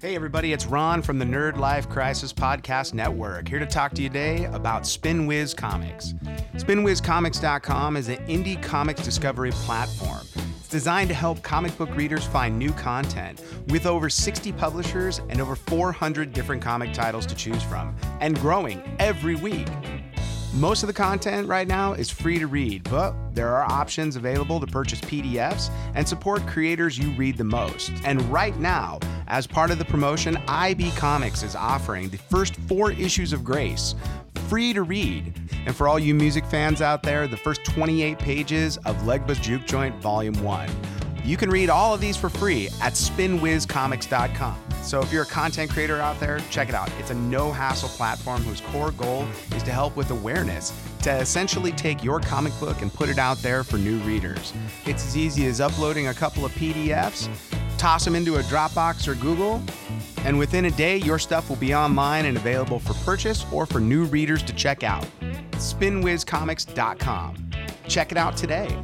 Hey, everybody, it's Ron from the Nerd Life Crisis Podcast Network, here to talk to you today about SpinWiz Comics. SpinWizComics.com is an indie comics discovery platform. It's designed to help comic book readers find new content with over 60 publishers and over 400 different comic titles to choose from, and growing every week. Most of the content right now is free to read, but there are options available to purchase PDFs and support creators you read the most. And right now, as part of the promotion, IB Comics is offering the first four issues of Grace free to read. And for all you music fans out there, the first 28 pages of Legba's Juke Joint Volume 1. You can read all of these for free at spinwizcomics.com. So if you're a content creator out there, check it out. It's a no hassle platform whose core goal is to help with awareness, to essentially take your comic book and put it out there for new readers. It's as easy as uploading a couple of PDFs, toss them into a Dropbox or Google, and within a day, your stuff will be online and available for purchase or for new readers to check out. SpinWizComics.com. Check it out today.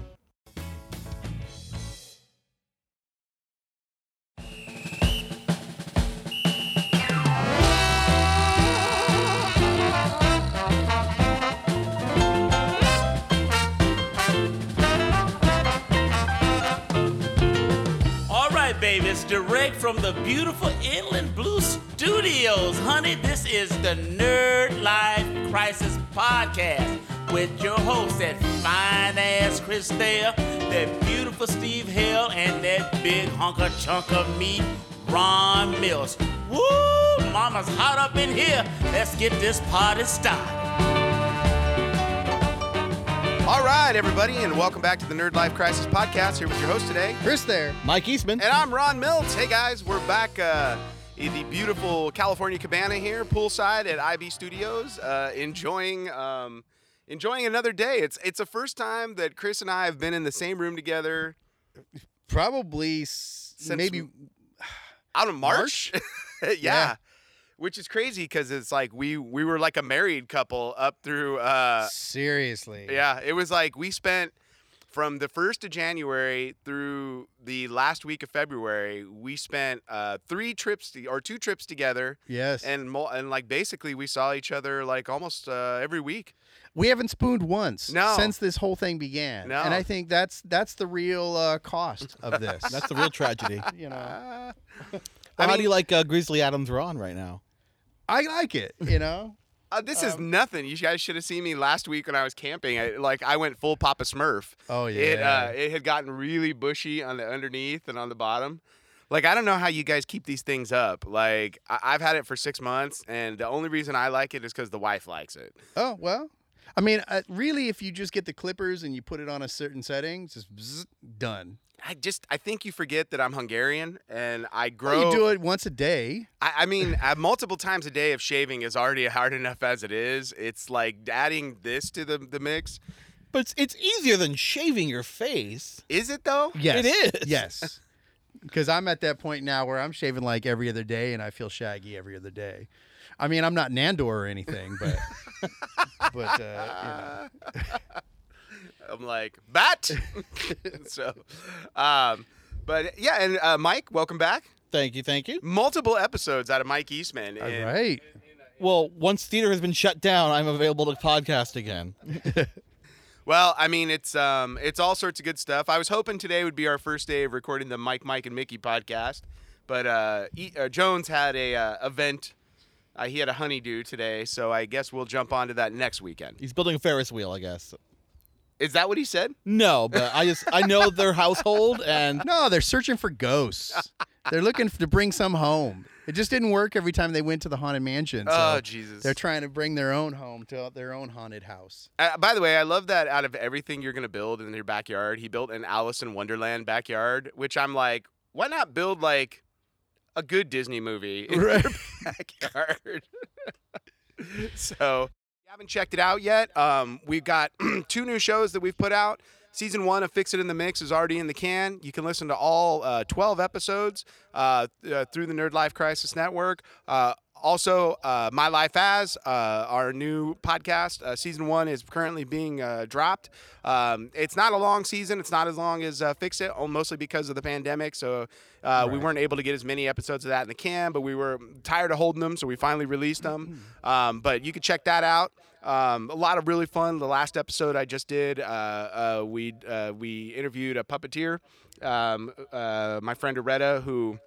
All right, baby, it's direct from the beautiful Inland Blue Studios. Honey, this is the Nerd Life Crisis Podcast with your hosts, that fine ass Chris Thayer, that beautiful Steve Hill, and that big hunker chunk of meat, Ron Mills. Woo! Mama's hot up in here. Let's get this party started. All right, everybody, and welcome back to the Nerd Life Crisis Podcast. Here with your host today, Chris there. Mike Eastman. and I'm Ron Mills. Hey guys, we're back uh, in the beautiful California cabana here, poolside at IB Studios, uh, enjoying um, enjoying another day. It's it's the first time that Chris and I have been in the same room together Probably s- Since maybe out of March. yeah. Yeah. Which is crazy because it's like we we were like a married couple up through uh, seriously. Yeah, it was like we spent from the first of January through the last week of February. We spent uh, three trips to, or two trips together, Yes. And and mo- and like basically we saw each other like almost uh, every week. we haven't spooned once No. since this whole thing began. No. And I think that's that's the real uh, cost of this. That's the real tragedy. you know. Well, how mean- do you like uh, Grizzly Adams Ron right now? I like it, you know. Uh, this is Um, nothing. You guys should have seen me last week when I was camping. I, like I went full Papa Smurf. Oh, It uh, yeah. it had gotten really bushy on the underneath and on the bottom. Like I don't know how you guys keep these things up. Like I- I've had it for six months, and the only reason I like it is because the wife likes it. Oh, well. I mean, uh, really if you just get the clippers and you put it on a certain setting, it's just bzzz, done. I just I think you forget that I'm Hungarian and I grow. Well, you do it once a day. I, I mean, uh, multiple times a day of shaving is already hard enough as it is. It's like adding this to the the mix. But it's, it's easier than shaving your face. Is it though? Yes. It is. Yes. Because I'm at that point now where I'm shaving like every other day and I feel shaggy every other day. I mean, I'm not Nandor or anything, but but uh, I'm like bat. so, um, but yeah, and uh, Mike, welcome back. Thank you, thank you. Multiple episodes out of Mike Eastman. you know. and- all right. Well, once theater has been shut down, I'm available to podcast again. Well, I mean, it's um, it's all sorts of good stuff. I was hoping today would be our first day of recording the Mike, Mike, and Mickey podcast, but uh, e- uh Jones had a uh, event. Uh, he had a honeydew today, so I guess we'll jump onto that next weekend. He's building a Ferris wheel, I guess. Is that what he said? No, but I just I know their household and No, they're searching for ghosts. they're looking f- to bring some home. It just didn't work every time they went to the haunted mansion. So oh Jesus! uh, they're trying to bring their own home to their own haunted house. Uh, by the way, I love that out of everything you're going to build in your backyard, he built an Alice in Wonderland backyard, which I'm like, why not build like a good Disney movie in your backyard? so, if you haven't checked it out yet. Um, we've got two new shows that we've put out. Season one of Fix It in the Mix is already in the can. You can listen to all uh, 12 episodes uh, th- uh, through the Nerd Life Crisis Network. Uh, also, uh, My Life As, uh, our new podcast, uh, season one is currently being uh, dropped. Um, it's not a long season. It's not as long as uh, Fix It, oh, mostly because of the pandemic. So uh, we weren't able to get as many episodes of that in the can, but we were tired of holding them, so we finally released them. Um, but you can check that out. Um, a lot of really fun. The last episode I just did, uh, uh, we uh, we interviewed a puppeteer, um, uh, my friend Aretta, who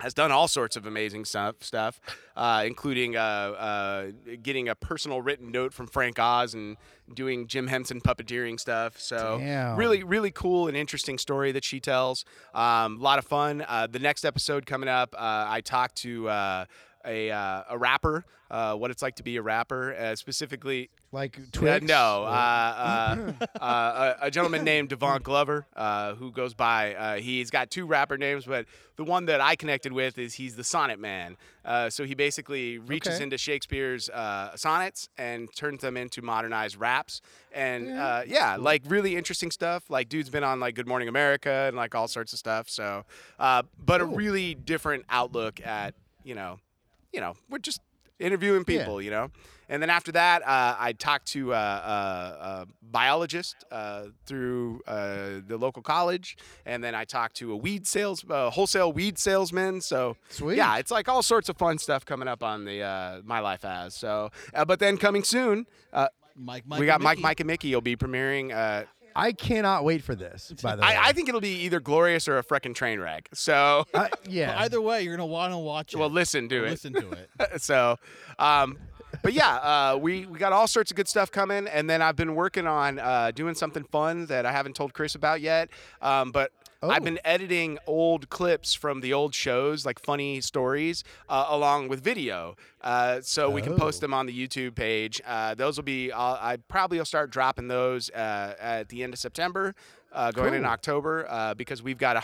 has done all sorts of amazing stuff, stuff uh, including uh, uh, getting a personal written note from Frank Oz and doing Jim Henson puppeteering stuff. So Damn. really, really cool and interesting story that she tells. A lot of fun. Uh, the next episode coming up, uh, I talked to uh, a, uh, a rapper, uh, what it's like to be a rapper, uh, specifically Like uh, Twitch? no, uh, uh, uh, a, a gentleman named Devon Glover, uh, who goes by. Uh, he's got two rapper names, but the one that I connected with is he's the Sonnet Man. Uh, so he basically reaches Okay. into Shakespeare's uh, sonnets and turns them into modernized raps. And uh, yeah, like really interesting stuff. Like dude's been on like Good Morning America and like all sorts of stuff. So, uh, but a really different outlook at you know you know, we're just interviewing people, you know. And then after that, uh, I talked to uh, uh, a biologist uh, through uh, the local college, and then I talked to a weed sales uh, wholesale weed salesman. So Sweet. yeah, it's like all sorts of fun stuff coming up on the uh, My Life As. So, uh, but then coming soon, uh, Mike, Mike we got and Mike, Mickey. Mike, and Mickey. will be premiering. Uh, I cannot wait for this. By the way, I, I think it'll be either glorious or a freaking train wreck. So, I- yeah. Either way, you're gonna want to watch it. well, listen to it. listen to it. so um but yeah, uh, we, we got all sorts of good stuff coming, and then I've been working on uh, doing something fun that I haven't told Chris about yet. Um, but I've Oh. been editing old clips from the old shows, like funny stories, uh, along with video, uh, so we can post Oh. them on the YouTube page. Uh, those will be I'll, I probably will start dropping those uh, at the end of September, uh, going in Cool. October, uh, because we've got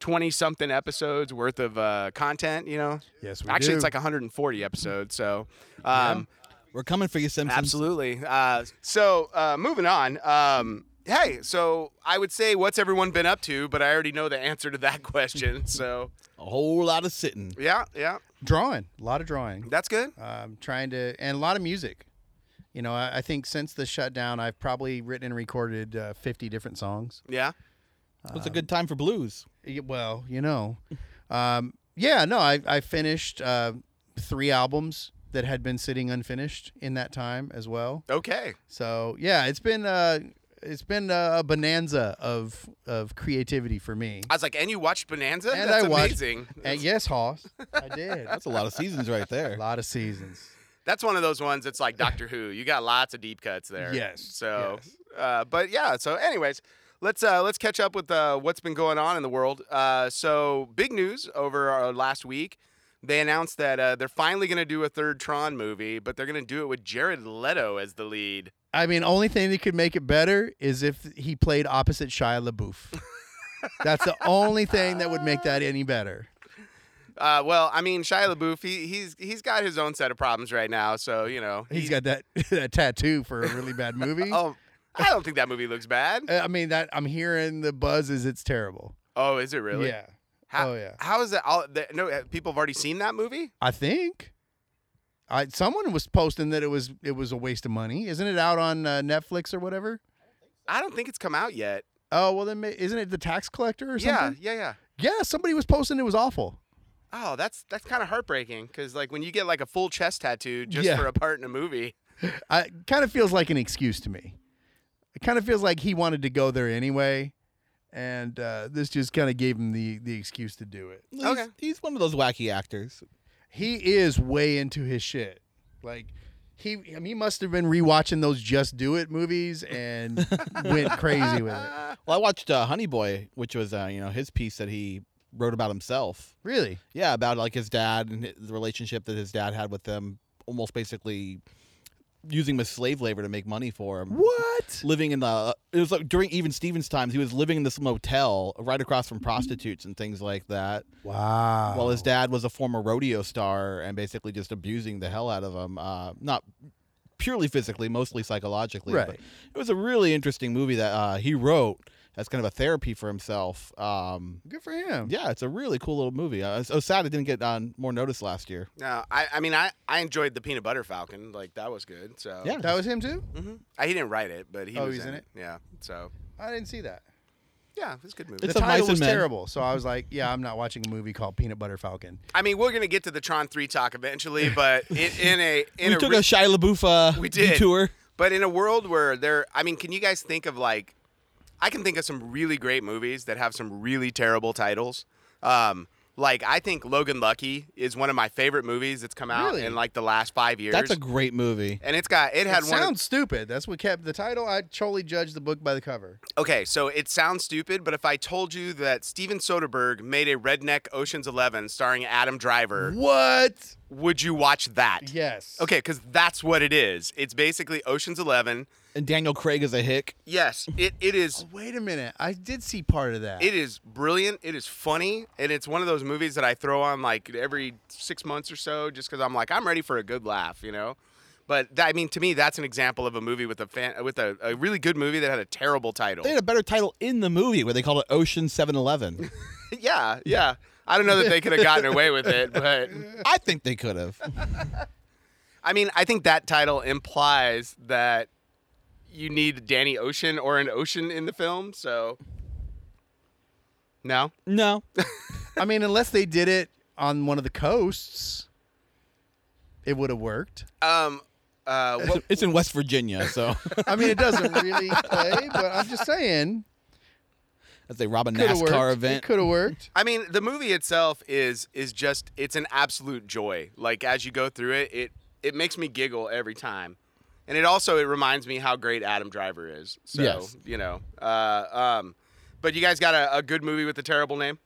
120 something episodes worth of uh, content. You know, Yes, we actually it's do. like 140 episodes so um We're coming for you, Mm-hmm. Simpsons. absolutely uh so uh moving on um hey so i would say what's everyone been up to but i already know the answer to that question so A whole lot of sitting. yeah yeah drawing a lot of drawing. that's good Um, trying to and a lot of music. You know, I, I think since the shutdown, I've probably written and recorded uh, 50 different songs. yeah It's a good time for blues. Y- Well, you know, um, yeah, no, I, I finished uh, three albums that had been sitting unfinished in that time as well. okay So yeah, it's been uh, it's been a bonanza of of creativity for me. i was like and you watched bonanza And that's I watched- amazing And yes, Hoss, I did That's a lot of seasons right a there. lot of seasons. that's one of those ones that's like doctor who you got lots of deep cuts there Yes, so uh but yeah so anyways Let's uh, let's catch up with uh, what's been going on in the world. Uh, so big news over our last week, they announced that uh, they're finally going to do a third Tron movie, but they're going to do it with Jared Leto as the lead. I mean, only thing that could make it better is if he played opposite Shia LaBeouf. That's the only thing that would make that any better. Uh, well, I mean Shia LaBeouf, he, he's he's got his own set of problems right now. So you know, He's got that that tattoo for a really bad movie. oh, I don't think that movie looks bad. Uh, I mean that I'm hearing the buzz is it's terrible. Oh, is it really? Yeah. How, oh, yeah. How is that? All the, no, uh, people have already seen that movie. I think I someone was posting that it was it was a waste of money. Isn't it out on uh, Netflix or whatever? I don't think it's come out yet. Oh, well then ma- isn't it The Tax Collector or something? Yeah, yeah, yeah. Yeah, somebody was posting it was awful. Oh, that's that's kind of heartbreaking because like when you get like a full chest tattoo just Yeah. for a part in a movie. I it kind of feels like an excuse to me. It kind of feels like he wanted to go there anyway and uh, this just kind of gave him the the excuse to do it. He's, Okay. he's one of those wacky actors. he is way into his shit. Like he, I mean, he must have been rewatching those Just Do It movies and went crazy with it. Well, I watched uh, Honey Boy, which was uh, you know his piece that he wrote about himself. Really? Yeah, about like his dad and hi- the relationship that his dad had with them, almost basically using him as slave labor to make money for him. What? Living in the uh, it was like during even Stevens' times, he was living in this motel right across from prostitutes and things like that. Wow. While his dad was a former rodeo star and basically just abusing the hell out of him, uh, not purely physically, mostly psychologically. but Right. It was a really interesting movie that uh, he wrote. as kind of a therapy for himself. Um, Good for him. yeah, it's a really cool little movie. I was, I was sad it didn't get on more notice last year. No, I, I mean, I, I enjoyed the Peanut Butter Falcon. Like, that was good. So, Yeah. Mm-hmm. That was him too. hmm I, he didn't write it, but he Oh, was he's in, in it. Yeah. So, I didn't see that. yeah, it's a good movie. The It's of title Mice and was Men. terrible, so I was like, "Yeah, I'm not watching a movie called Peanut Butter Falcon." I mean, we're gonna get to the Tron Three talk eventually, but it, in a in we a, took re- a Shia LaBeouf uh, We did. detour. but in a world where there, I mean, can you guys think of like, I can think of some really great movies that have some really terrible titles. Um, like I think Logan Lucky is one of my favorite movies that's come out Really? in like the last five years. That's a great movie. and it's got it had It one. of- sounds stupid. That's what kept the title. I totally judged the book by the cover. Okay, so it sounds stupid, but if I told you that Steven Soderbergh made a redneck Ocean's Eleven starring Adam Driver, What? would you watch that? Yes. Okay, because that's what it is. It's basically Ocean's Eleven. And Daniel Craig is a hick. Yes, it, it is. Wait a minute. I did see part of that. It is brilliant. It is funny, and it's one of those movies that I throw on like every six months or so, just because I'm like I'm ready for a good laugh, you know. But that, I mean, to me, that's an example of a movie with a fan, with a, a really good movie that had a terrible title. They had a better title in the movie where they called it Ocean 7-Eleven. yeah, yeah. I don't know that they could have gotten away with it, but I think they could have. I mean, I think that title implies that you need Danny Ocean or an ocean in the film. So, no. No. I mean, unless they did it on one of the coasts, it would have worked. Um, uh, It's, what, it's in West Virginia, so I mean, it doesn't really play, but I'm just saying. as they rob a Could have NASCAR worked. event. It could have worked. I mean, the movie itself is is just it's an absolute joy. Like as you go through it, it it makes me giggle every time, and it also it reminds me how great Adam Driver is. So Yes. you know, uh, um, but you guys got a, a good movie with a terrible name.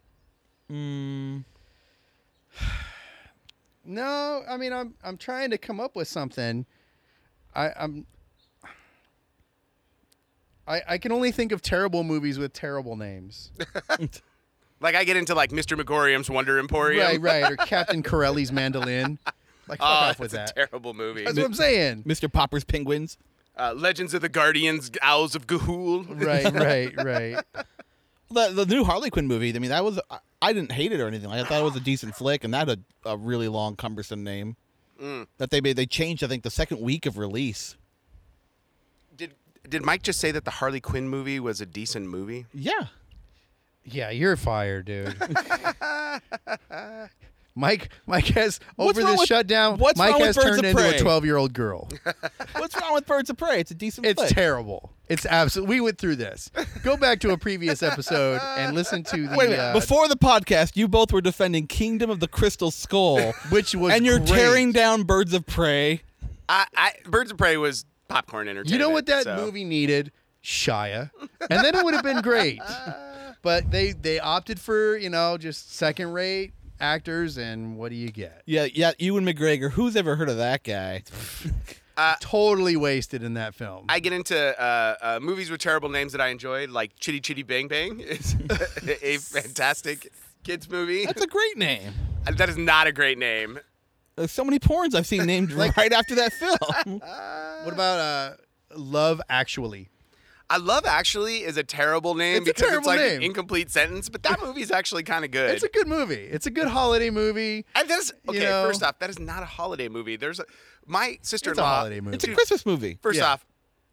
No, I mean, I'm I'm trying to come up with something. I, I'm. I, I can only think of terrible movies with terrible names. Like I get into like Mr. McGorium's Wonder Emporium. right, right. Or Captain Corelli's Mandolin. Like, fuck Oh, off with that's that. a terrible movie. that's what I'm saying. Mr. Popper's Penguins. Uh, Legends of the Guardians, Owls of Gahul. right, right, right. The, the new Harley Quinn movie, I mean, that was, I, I didn't hate it or anything. Like, I thought it was a decent flick, and that had a, a really long, cumbersome name Mm. that they made. They changed, I think, the second week of release. Did did Mike just say that the Harley Quinn movie was a decent movie? Yeah. Yeah, you're fired, dude. Mike, Mike has What's over wrong this with- shutdown. what's Mike wrong with has Birds turned of into Prey? a 12 year old girl. What's wrong with Birds of Prey? It's a decent It's flick. terrible. It's absolute. We went through this. Go back to a previous episode and listen to the Wait a minute. uh, Before the podcast, you both were defending Kingdom of the Crystal Skull, which was and you're great. tearing down Birds of Prey. I, I Birds of Prey was popcorn entertainment. You know what that so- movie needed? Shia, and then it would have been great. But they they opted for you know just second rate actors, and what do you get? Yeah, yeah. Ewan McGregor. Who's ever heard of that guy? Uh, Totally wasted in that film. I get into uh, uh, movies with terrible names that I enjoyed, like Chitty Chitty Bang Bang is a fantastic kids movie. Uh, That's a great name. that is not a great name. There's so many porns I've seen named right after that film. What about uh, Love Actually? I Love Actually is a terrible It's name a because it's terrible like an name. incomplete sentence, but that movie's actually kind of good. It's a good movie. It's a good holiday movie. and that is, okay, know- first off, that is not a holiday movie. There's a, my sister in It's a law. holiday movie. It's a Christmas movie. First Yeah. off,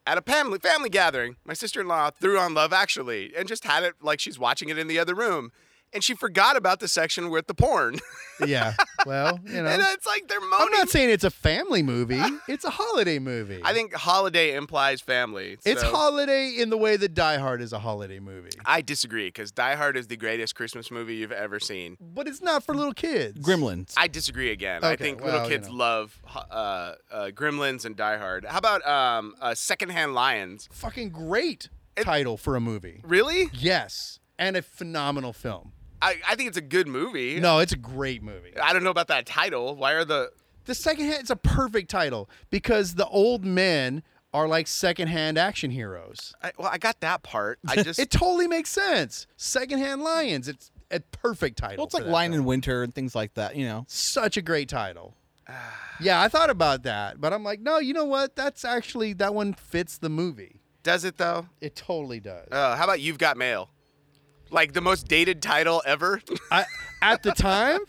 at a family family gathering, my sister in law threw on Love Actually and just had it like she's watching it in the other room, and she forgot about the section with the porn. yeah. Well, you know, and it's like they're moaning. I'm not saying it's a family movie. It's a holiday movie. I think holiday implies family. it's so- holiday in the way that Die Hard is a holiday movie, I disagree because Die Hard is the greatest Christmas movie you've ever seen. but it's not for little kids. Gremlins. I disagree again. I Okay, think well, little you kids know. love ho- uh, uh, Gremlins and Die Hard. How about um, uh, Secondhand Lions? Fucking great title for a movie. Really? Yes, and a phenomenal film. I, I think it's a good movie. No, it's a great movie. I don't know about that title. Why are the The secondhand it's a perfect title because the old men are like secondhand action heroes. I, well, I got that part. I just It totally makes sense. Secondhand lions. It's a perfect title. well, it's for like that Lion film. in Winter and things like that. You know, Such a great title. yeah, I thought about that, but I'm like, no, you know what? That's actually that one fits the movie. Does it though? It totally does. Uh, how about you've got mail? Like the most dated title ever. I, at the time,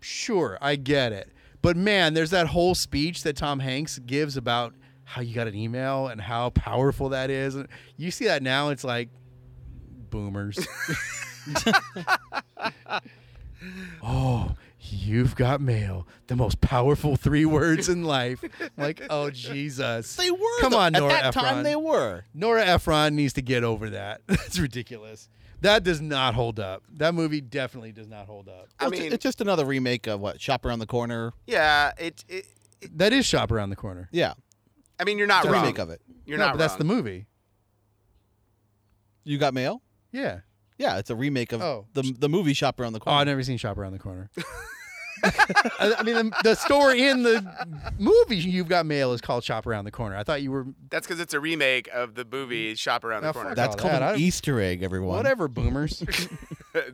sure, I get it. But man, there's that whole speech that Tom Hanks gives about how you got an email and how powerful that is. And you see that now, it's like boomers. oh, you've got mail. The most powerful three words in life. like, oh Jesus. They were. Come though. on, Nora At that time, Ephron. they were. Nora Ephron needs to get over that. That's ridiculous. That does not hold up. That movie definitely does not hold up. I Well, it's- mean, it's just another remake of what Shop Around the Corner. yeah. It, it, it- That is Shop Around the Corner. Yeah, I mean, you're not it's a wrong. remake of it. You're no, not but that's wrong. the movie. You got mail? Yeah. Yeah, it's a remake of Oh. the the movie Shop Around the Oh, I've Corner. never seen Shop Around the Corner. I, I mean, the, the store in the movie You've Got Mail is called Shop Around the Corner. I thought you were That's because it's a remake of the movie Shop Around the Now, Corner. Mm. fuck That's Oh, called that, I- an Easter egg, everyone. whatever, boomers.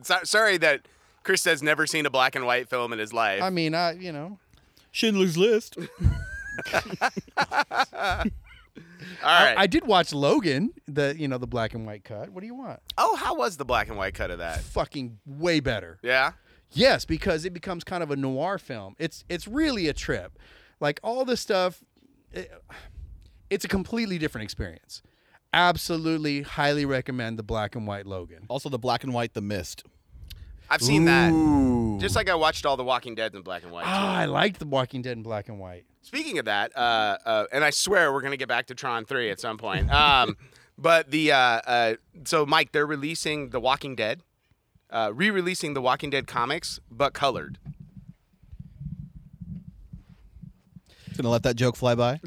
So- Sorry that Chris has never seen a black and white film in his life. I mean, I you know, Schindler's List. All right. I did watch Logan, the you know the black and white cut. What do you want? oh, how was the black and white cut of that? Fucking way better. Yeah. Yes, because it becomes kind of a noir film. It's it's really a trip. Like all this stuff, it- it's a completely different experience. Absolutely, highly recommend the black and white Logan. also, the black and white The Mist. I've seen that. Just like I watched all the Walking Dead in black and white. Ah, I liked The Walking Dead in black and white. Speaking of that, uh, uh, and I swear we're gonna get back to Tron Three at some point. Um, but the uh, uh, so Mike, they're releasing The Walking Dead, uh, re-releasing The Walking Dead comics, but colored. Just gonna let that joke fly by.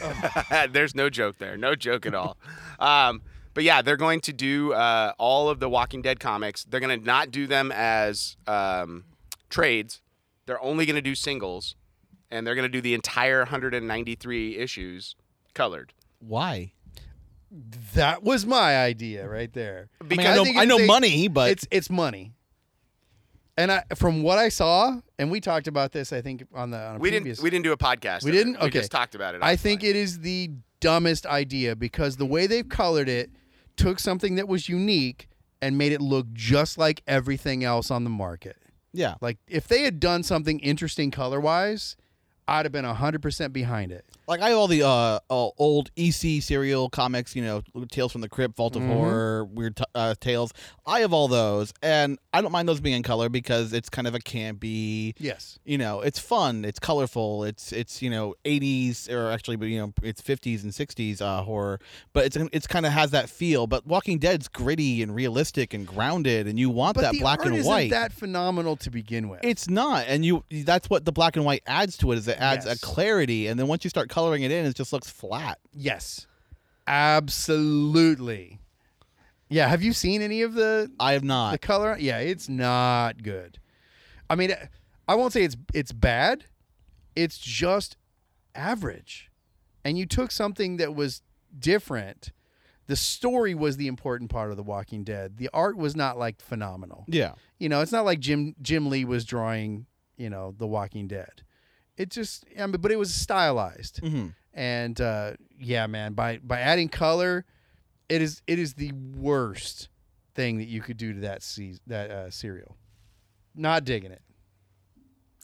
There's no joke there, no joke at all. Um, but yeah, they're going to do uh, all of the Walking Dead comics. They're gonna not do them as um, trades. They're only gonna do singles, and they're gonna do the entire 193 issues colored. Why? That was my idea right there. I, mean, I think know, I it's know a- money, but it's it's money. And I, from what I saw, and we talked about this, I think on the on a We previous didn't. We didn't do a podcast. We of it. didn't? We Okay. just talked about it. I offline. think it is the dumbest idea because the way they've colored it took something that was unique and made it look just like everything else on the market. yeah, Like if they had done something interesting color wise, I'd have been hundred percent behind it. like I have all the uh, all old EC serial comics, you know, Tales from the Crypt, Vault Mm-hmm. of Horror, Weird t- uh, Tales. I have all those, and I don't mind those being in color because it's kind of a campy. Yes. You know, it's fun, it's colorful, it's it's you know 80s or actually, but you know, it's 50s and 60s uh, horror, but it's it's kind of has that feel. But Walking Dead's gritty and realistic and grounded, and you want But that the black art and isn't white. that phenomenal to begin with. It's not, and you. That's what the black and white adds to it. Is it adds Yes. a clarity, and then once you start coloring it in, it just looks flat. yes. Absolutely. Yeah. Have you seen any of the I have not. the color yeah it's not good i mean i won't say it's it's bad it's just average and you took something that was different the story was the important part of the walking dead the art was not like phenomenal yeah, you know it's not like jim jim lee was drawing you know the walking dead it just i mean but it was stylized Mhm. and uh, yeah man by by adding color it is it is the worst thing that you could do to that se- that uh, cereal not digging it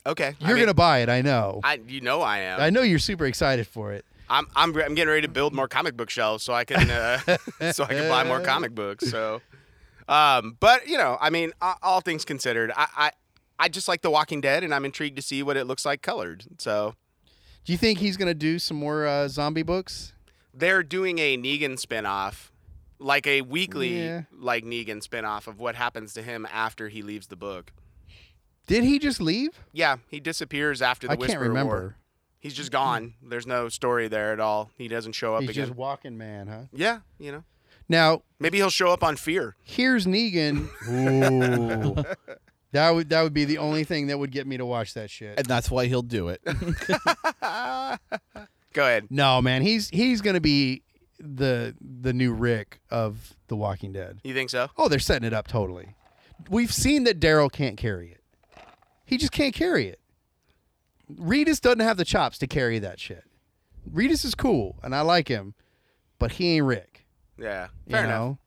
Okay. you're I mean, gonna buy it i know I, I, you know I am. I, know you're super excited for it am I'm, I'm getting ready to build more comic book shelves so I can uh, so I can buy more comic books. So, um, but you know, I mean, a- all things considered, I, I I just like The Walking Dead, and I'm intrigued to see what it looks like colored. So do you think he's gonna do some more uh, zombie books they're doing a Negan spinoff, like a weekly Yeah. like Negan spinoff of what happens to him after he leaves the book. did he just leave Yeah, he disappears after the i can't Whisperer War. remember He's just gone. There's no story there at all. He doesn't show up he's again. just walking man huh yeah, you know. now Maybe he'll show up on Fear. here's Negan. Ooh. that would that would be the only thing that would get me to watch that shit. and that's why he'll do it. Go ahead. No, man, he's he's gonna be the the new Rick of The Walking Dead. You think so? Oh, they're setting it up totally. We've seen that Daryl can't carry it. He just can't carry it. Reedus doesn't have the chops to carry that shit. Reedus is cool, and I like him, but he ain't Rick. Yeah. You Fair know? enough.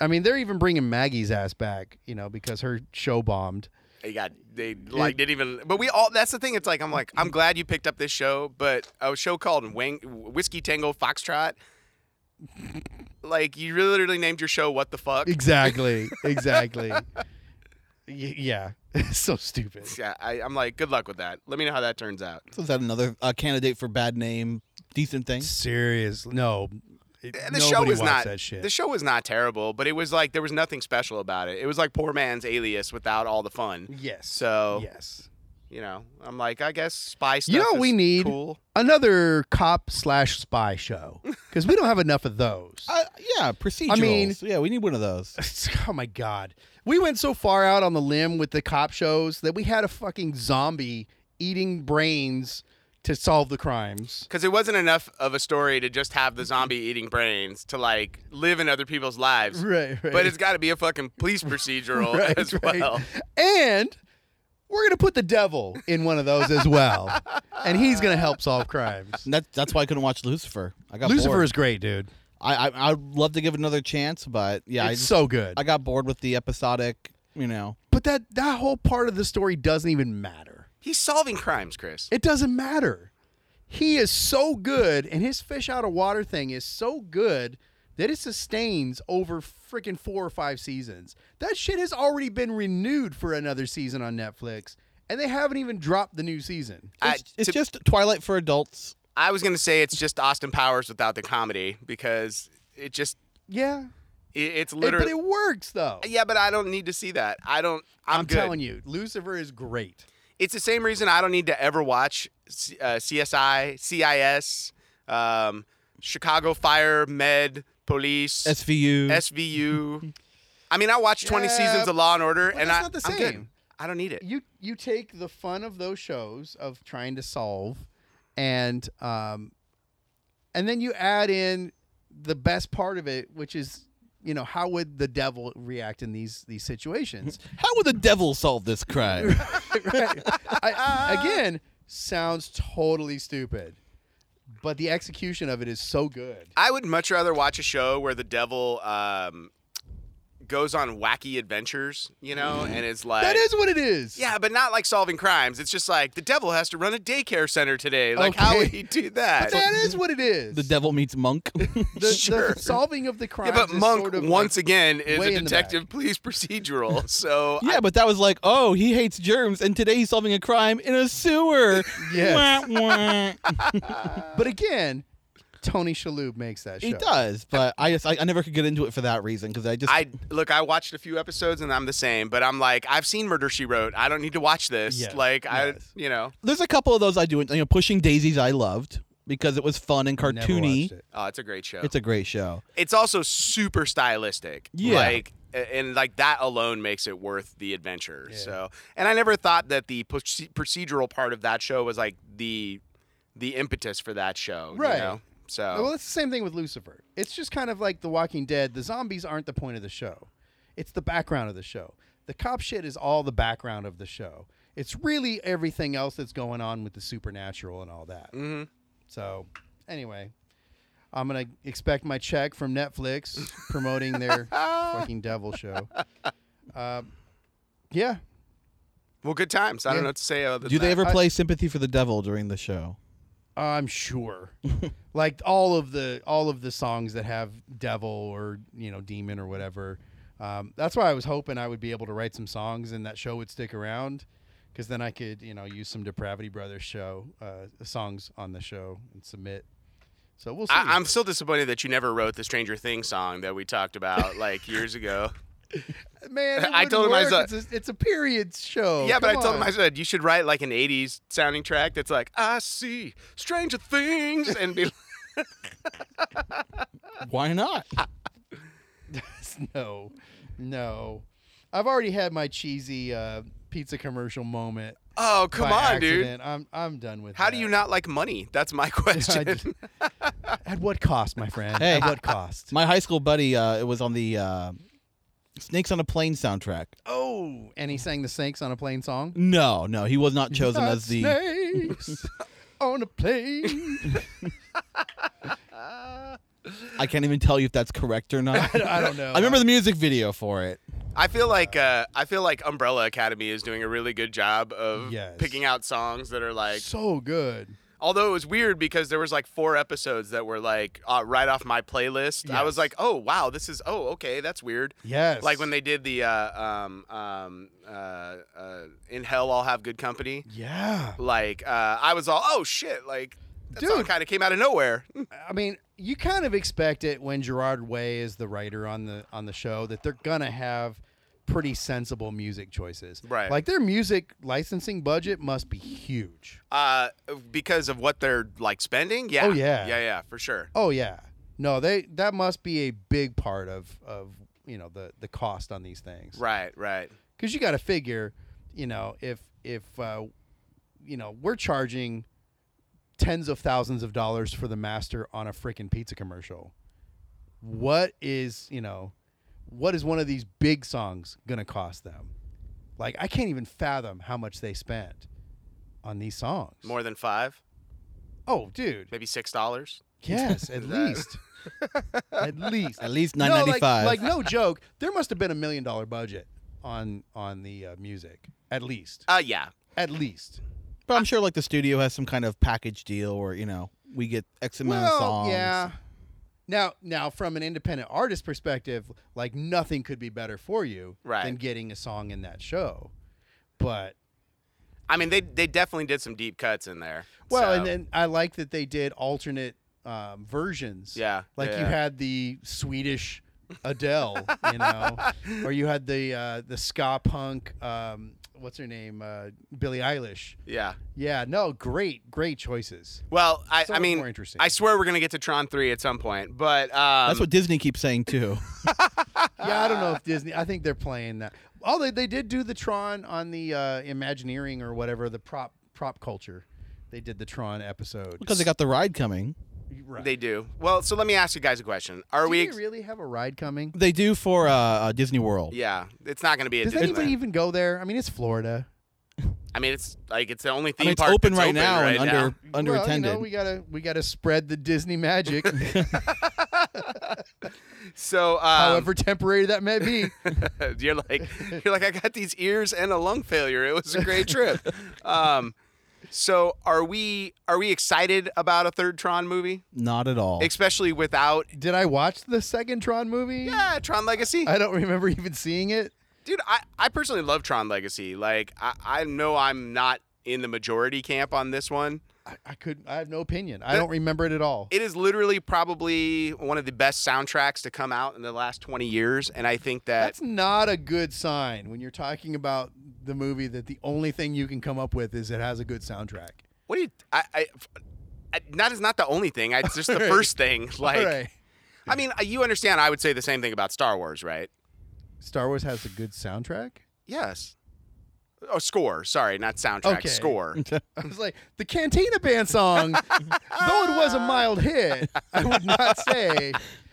I mean, they're even bringing Maggie's ass back, you know, because her show bombed. They got they like didn't even. But we all. That's the thing. It's like I'm like I'm glad you picked up this show, but a show called Wang, Whiskey Tango Foxtrot. Like you really literally named your show what the fuck? Exactly. exactly. Y- yeah. so stupid. Yeah, I, I'm like, good luck with that. Let me know how that turns out. So is that another uh, candidate for bad name? Decent thing. Serious. No. It- And Eh, the show nobody was watched not that shit. the show was not terrible, but it was like there was nothing special about it. It was like poor man's alias without all the fun. yes. So yes. you know, I'm like, I guess spy stuff. You know what is we need? Cool. Another cop slash spy show because we don't have enough of those. Uh, yeah, procedurals. mean- yeah, we need one of those. oh my god, we went so far out on the limb with the cop shows that we had a fucking zombie eating brains to solve the crimes. Because it wasn't enough of a story to just have the Mm-hmm. zombie eating brains to like live in other people's lives. Right, right. But it's got to be a fucking police procedural Right, as right. well. And we're gonna put the devil in one of those as well, and he's gonna help solve crimes. And that, that's why I couldn't watch Lucifer. I got Lucifer bored. is great, dude. I, I I'd love to give it another chance, but yeah, I it's just, so good. I got bored with the episodic. You know, but that that whole part of the story doesn't even matter. He's solving crimes, Chris. It doesn't matter. He is so good, and his fish out of water thing is so good that it sustains over freaking four or five seasons. That shit has already been renewed for another season on Netflix, and they haven't even dropped the new season. I- it's, it's to- just Twilight for adults. I was gonna say it's just Austin Powers without the comedy because it just Yeah. it, it's It- but literally. it works, though. yeah, but I don't need to see that. I don't. I'm, I'm good. telling you, Lucifer is great. it's the same reason I don't need to ever watch C- uh, CSI, CIS, um, Chicago Fire, Med, Police, SVU. SVU. I mean, I watched 20 Yeah, seasons of Law and Order, but and that's I, not the I'm good. same. I don't need it. you you take the fun of those shows of trying to solve and um and then you add in the best part of it which is you know how would the devil react in these these situations How would the devil solve this crime? right? I, again sounds totally stupid but the execution of it is so good I would much rather watch a show where the devil um, goes on wacky adventures, you know, and is like. Mm-hmm. that is what it is yeah, but not like solving crimes. It's just like the devil has to run a daycare center today. Like, how Okay. would he do that? that is what it is the devil meets monk. The- the Sure. solving of the crime Yeah, but Monk once again is way a in the detective police procedural. So yeah, but that was like, oh, he hates germs, and today he's solving a crime in a sewer. Yes. Wah, wah. but again tony shalhoub makes that show he does, but I just I, I never could get into it for that reason because I just I, I look. I watched a few episodes and I'm the same. But I'm like, I've seen Murder She Wrote. I don't need to watch this. Yes, Like yes. I, you know, there's a couple of those I do. You know, Pushing Daisies I loved because it was fun and Never watched cartoony. it. oh, it's a great show. It's It's, a great show. also super stylistic. Yeah. Like a- and like that alone makes it worth the adventure. So and I never thought that the proce- procedural part of that show was like the the impetus for that show. you Right. know? So Well, it's the same thing with Lucifer. It's just kind of like The Walking Dead. The zombies aren't the point of the show, it's the background of the show. The cop shit is all the background of the show. It's really everything else that's going on with the supernatural and all that. Mm-hmm. So, anyway, I'm going to expect my check from Netflix promoting their fucking devil show. Uh, yeah. well, good times. I don't know what to say. Other than Do they that. ever play Sympathy for the Devil during the show? I'm sure. like all of the all of the songs that have devil or you know demon or whatever. Um, that's why I was hoping I would be able to write some songs and that show would stick around, because then I could you know use some Depravity Brothers show uh, songs on the show and submit. So we'll see. I, I'm still disappointed that you never wrote the Stranger Things song that we talked about like years ago. Uh, Man, it I wouldn't told him I work. was a- it's a, it's a period show. yeah, but I Oh, Come told him I on. said you should write like an '80s sounding track that's like "I see Stranger Things" and be. Why not? no, no. I've already had my cheesy uh, pizza commercial moment. Oh come by on, dude! accident. I'm I'm done with. How that. do you not like money? That's my question. At what cost, my friend? Hey. At what cost? My high school buddy, uh, it was on the uh, Snakes on a Plane soundtrack. oh, and he sang the Snakes on a Plane song. No, no, he was not chosen Got as the. Snakes on a plane. I can't even tell you if that's correct or not. I don't know. I remember the music video for it. I feel like uh, I feel like Umbrella Academy is doing a really good job of Yes. picking out songs that are like. so good. Although it was weird because there was like four episodes that were like uh, right off my playlist. I was Yes. like, oh wow, this is oh okay, that's weird. Yes. Like when they did the uh, um, um, uh, uh, in hell, I'll have good company. Yeah. Like uh, I was all oh shit, like that song Dude. kind of came out of nowhere. I mean, you kind of expect it when Gerard Way is the writer on the on the show that they're gonna have pretty sensible music choices. Right. Like their music licensing budget must be huge. uh, because of what they're like spending. Yeah. Oh, yeah. Yeah yeah for sure. Oh yeah. No, they that must be a big part of of you know the the cost on these things. Right right. Because you got to figure, you know, if if uh, you know we're charging tens of thousands of dollars for the master on a freaking pizza commercial, what is you know, what is one of these big songs gonna cost them? Like I can't even fathom how much they spent on these songs. More than five, Oh, dude. maybe six dollars. Yes, at That- least. at least. At least No, nine ninety five. Like, like no joke, there must have been a million dollar budget on on the uh, music. At least. Uh yeah. At least. but I'm sure like the studio has some kind of package deal where you know we get X amount of songs. yeah. Now, now from an independent artist perspective, like nothing could be better for you Right. than getting a song in that show. But I mean they they definitely did some deep cuts in there. well, so- and then I like that they did alternate um, versions. Yeah, like you yeah. had the Swedish Adele, you know, or you had the uh, the ska punk. Um, what's her name? Uh, Billie Eilish. yeah. Yeah, no, great, great choices. Well, I, So I much mean, more interesting. I swear we're gonna get to Tron three at some point, but um, That's what Disney keeps saying too. Yeah, I don't know if Disney. I think they're playing that. Oh, they, they did do the Tron on the uh, Imagineering or whatever the prop prop culture. They did the Tron episode. because they got the ride coming. right. they do. Well, so let me ask you guys a question. Are do we? they really have a ride coming? They do for uh, uh, Disney World. yeah, it's not gonna be a Does Disneyland. anybody even go there? I mean, it's Florida. I mean, it's like it's the only I theme mean, it's park open that's right now right and under under well, attended. You know, we gotta we gotta spread the Disney magic, Um, So, um, however temporary that may be. you're like you're like I got these ears and a lung failure. It was a great trip. Um, so are we are we excited about a third Tron movie, Not at all. especially without Did I watch the second Tron movie? yeah Tron Legacy? I don't remember even seeing it. Dude, I I personally love Tron Legacy. Like I, I know I'm not in the majority camp on this one. I, I could. I have no opinion. I don't remember it at all. It is literally probably one of the best soundtracks to come out in the last 20 years, and I think that That's not a good sign when you're talking about the movie that the only thing you can come up with is it has a good soundtrack. what do you I. I I- that is not the only thing. It's just the first thing. Like, all right. I mean, uh, you understand. I would say the same thing about Star Wars, right? Star Wars has a good soundtrack. Yes. Oh, score. Sorry, not soundtrack. Okay. Score. I was like, the Cantina Band song, though it was a mild hit, I would not say.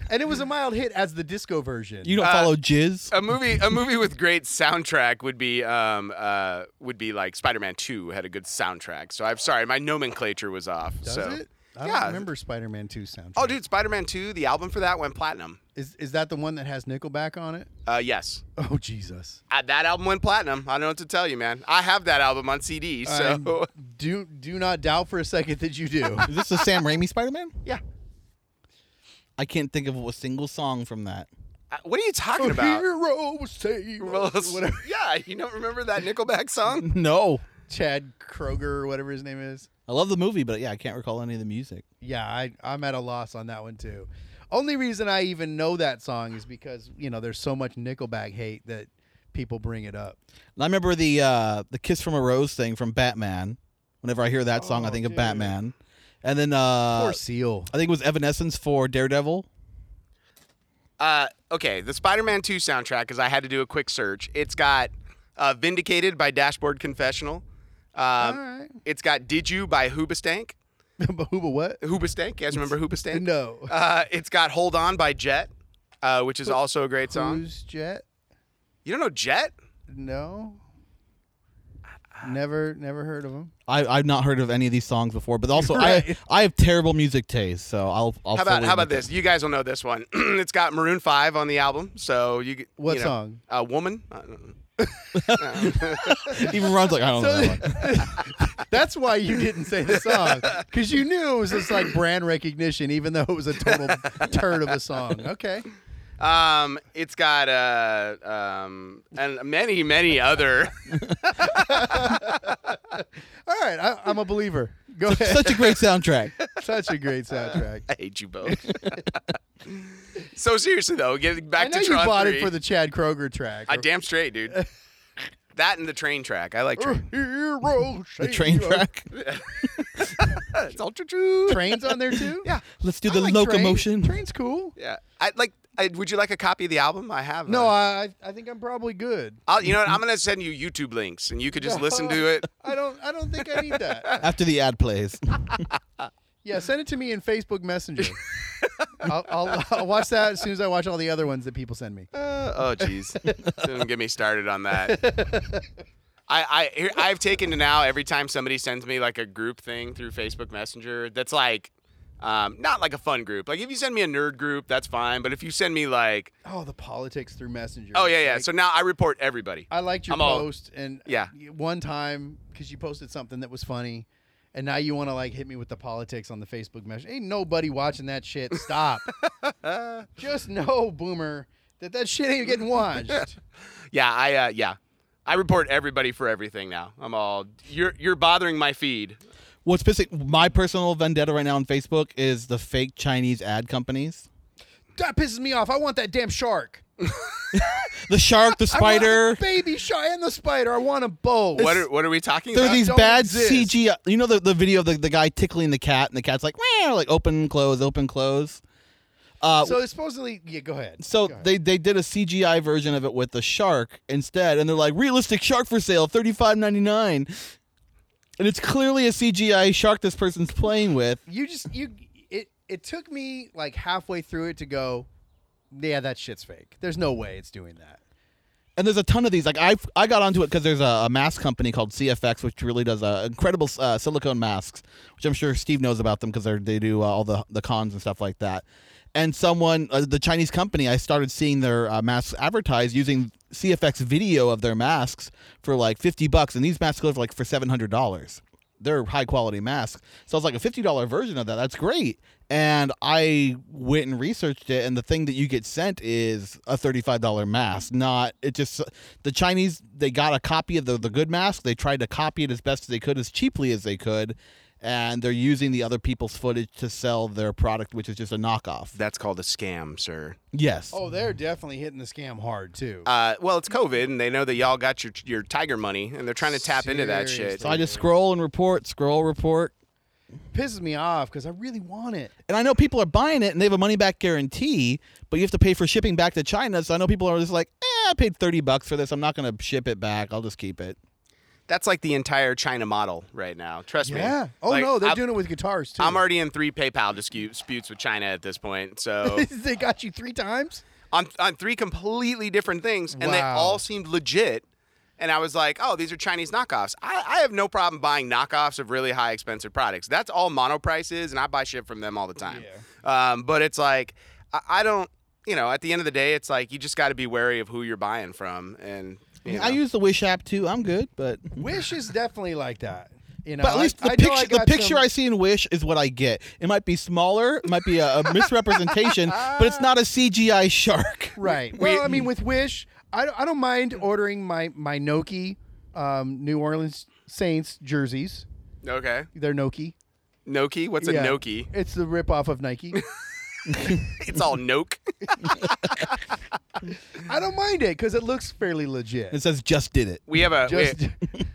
And it was a mild hit as the disco version. you don't follow Jizz. a movie, a movie with great soundtrack would be, um, uh, would be like Spider-Man Two had a good soundtrack. So I'm sorry, my nomenclature was off. Does so. it? I yeah. don't remember Spider Man 2 soundtrack. Oh, dude, Spider-Man Two, the album for that went platinum. Is, is that the one that has Nickelback on it? Uh, yes, Oh, Jesus. Uh, that album went platinum. I don't know what to tell you, man. I have that album on CD. So I do, do not doubt for a second that you do. Is this the Sam Raimi Spider Man? yeah. I can't think of a single song from that. Uh, What are you talking about? Hero save Well, us. Oh, Whatever. yeah, you don't remember that Nickelback song? No. Chad Kroger or whatever his name is. I love the movie, but yeah, I can't recall any of the music. Yeah, I, I'm at a loss on that one too. Only reason I even know that song is because you know there's so much Nickelback hate that people bring it up. And I remember the uh, the Kiss from a Rose thing from Batman. Whenever I hear that song, I Oh, think of dude. Batman. And then uh, Poor Seal. I think it was Evanescence for Daredevil. Uh, okay, the Spider-Man 2 soundtrack, because I had to do a quick search. It's got uh, "Vindicated" by Dashboard Confessional. Um, All right, It's got "Did You" by Hoobastank. but who? But what? Hoobastank, you guys remember Hoobastank? No. Uh, it's got "Hold On" by Jet, uh, which is also a great song. Who's Jet? You don't know Jet? No. Never, never heard of him. I, I've not heard of any of these songs before, but also I I have terrible music taste, so I'll I'll. How about fully how about admit this? You guys will know this one. it's got Maroon Five on the album, so you. g- What you know, song? A woman. Uh, I don't know. that. Even Ron's like I don't know. That one. That's why you didn't say the song because you knew it was just like brand recognition, even though it was a total turd of a song. Okay, Um, it's got uh, um, and many many other. all right, I, I'm a believer. Go ahead. Such a great soundtrack. Such a great soundtrack. I hate you both. so seriously though, getting back I know to you Tron bought 3, it for the Chad Kroger track. I damn straight, dude. that and the train track. I like train. Hero The train shape. track. it's ultra true. Trains on there too. Yeah, Let's do I the like train. locomotion. Train's cool. yeah. I like. I, would you like a copy of the album? I have. No, uh, I I think I'm probably good. I'll, you know what? I'm gonna send you YouTube links, and you could just listen to it. I don't I don't think I need that. After the ad plays, Yeah, send it to me in Facebook Messenger. I'll, I'll, I'll watch that as soon as I watch all the other ones that people send me. Uh, oh, jeez. Don't get me started on that. I, I here, I've taken to now every time somebody sends me like a group thing through Facebook Messenger that's like, um, not like a fun group. Like if you send me a nerd group, that's fine. But if you send me like, Oh, the politics through Messenger. oh yeah yeah, Like, so now I report everybody. I liked your I'm all- post, and Yeah. one time because you posted something that was funny, and now you want to like hit me with the politics on the Facebook Messenger. Ain't nobody watching that shit. Stop. Just know, Boomer, that that shit ain't getting watched. Yeah I uh, yeah, I report everybody for everything now. I'm all you're you're bothering my feed. what's pissing my personal vendetta right now on Facebook is the fake Chinese ad companies. that pisses me off. I want that damn shark. The shark, the I want the spider. baby shark, and the spider. I want them both. What are, what are we talking There about? are these don't bad exist. CG. You know the, the video of the, the guy tickling the cat, and the cat's like, "Meow," like open, close, open, close. Uh, So it's supposedly, yeah. Go ahead. So Go ahead. they, they did a CGI version of it with the shark instead, and they're like realistic shark for sale, thirty five ninety nine, and it's clearly a CGI shark this person's playing with. you just you it it took me like halfway through it to go, yeah, that shit's fake. There's no way it's doing that. And there's a ton of these. Like I I got onto it because there's a, a mask company called CFX, which really does uh, incredible uh, silicone masks, which I'm sure Steve knows about them because they do uh, all the the cons and stuff like that. And someone, uh, the Chinese company, I started seeing their uh, masks advertised using CFX video of their masks for like 50 bucks, and these masks go for like for 700 dollars. They're high quality masks. So I was like a $50 version of that. That's great. And I went and researched it, and the thing that you get sent is a $35 mask. Not, it just, the Chinese, they got a copy of the, the good mask. They tried to copy it as best as they could, as cheaply as they could. And they're using the other people's footage to sell their product, which is just a knockoff. That's called a scam, sir. Yes. Oh, they're definitely hitting the scam hard too. Uh, well, it's COVID, and they know that y'all got your your tiger money, and they're trying to tap into that shit. So I just scroll and report, scroll, report. pisses me off because I really want it. And I know people are buying it and they have a money back guarantee, but you have to pay for shipping back to China. So I know people are just like, eh, I paid 30 bucks for this. I'm not going to ship it back. I'll just keep it. That's like the entire China model right now. Trust me. Yeah. Oh Like, no, they're I'm, doing it with guitars too. I'm already in three PayPal dispute, disputes with China at this point. So they got you three times. on on three completely different things, and they Wow. all seemed legit. And I was like, oh, these are Chinese knockoffs. I, I have no problem buying knockoffs of really high expensive products. That's all monoprice is, and I buy shit from them all the time. Um, but it's like, I, I don't, you know, at the end of the day, it's like you just got to be wary of who you're buying from. And you I know. use the Wish app too. I'm good, but. Wish is definitely like that. You know, But at I- least the I know I picture, the got picture some- I see in Wish is what I get. It might be smaller, it might be a, a misrepresentation, but it's not a CGI shark. Right. Well, I mean, with Wish, I, don't- I don't mind ordering my my Noki, um, New Orleans Saints jerseys. okay, They're Noki. Noki, what's Yeah. a Noki? It's the ripoff of Nike. It's all Noke. I don't mind it because it looks fairly legit. It says just did it. We have a we- Just-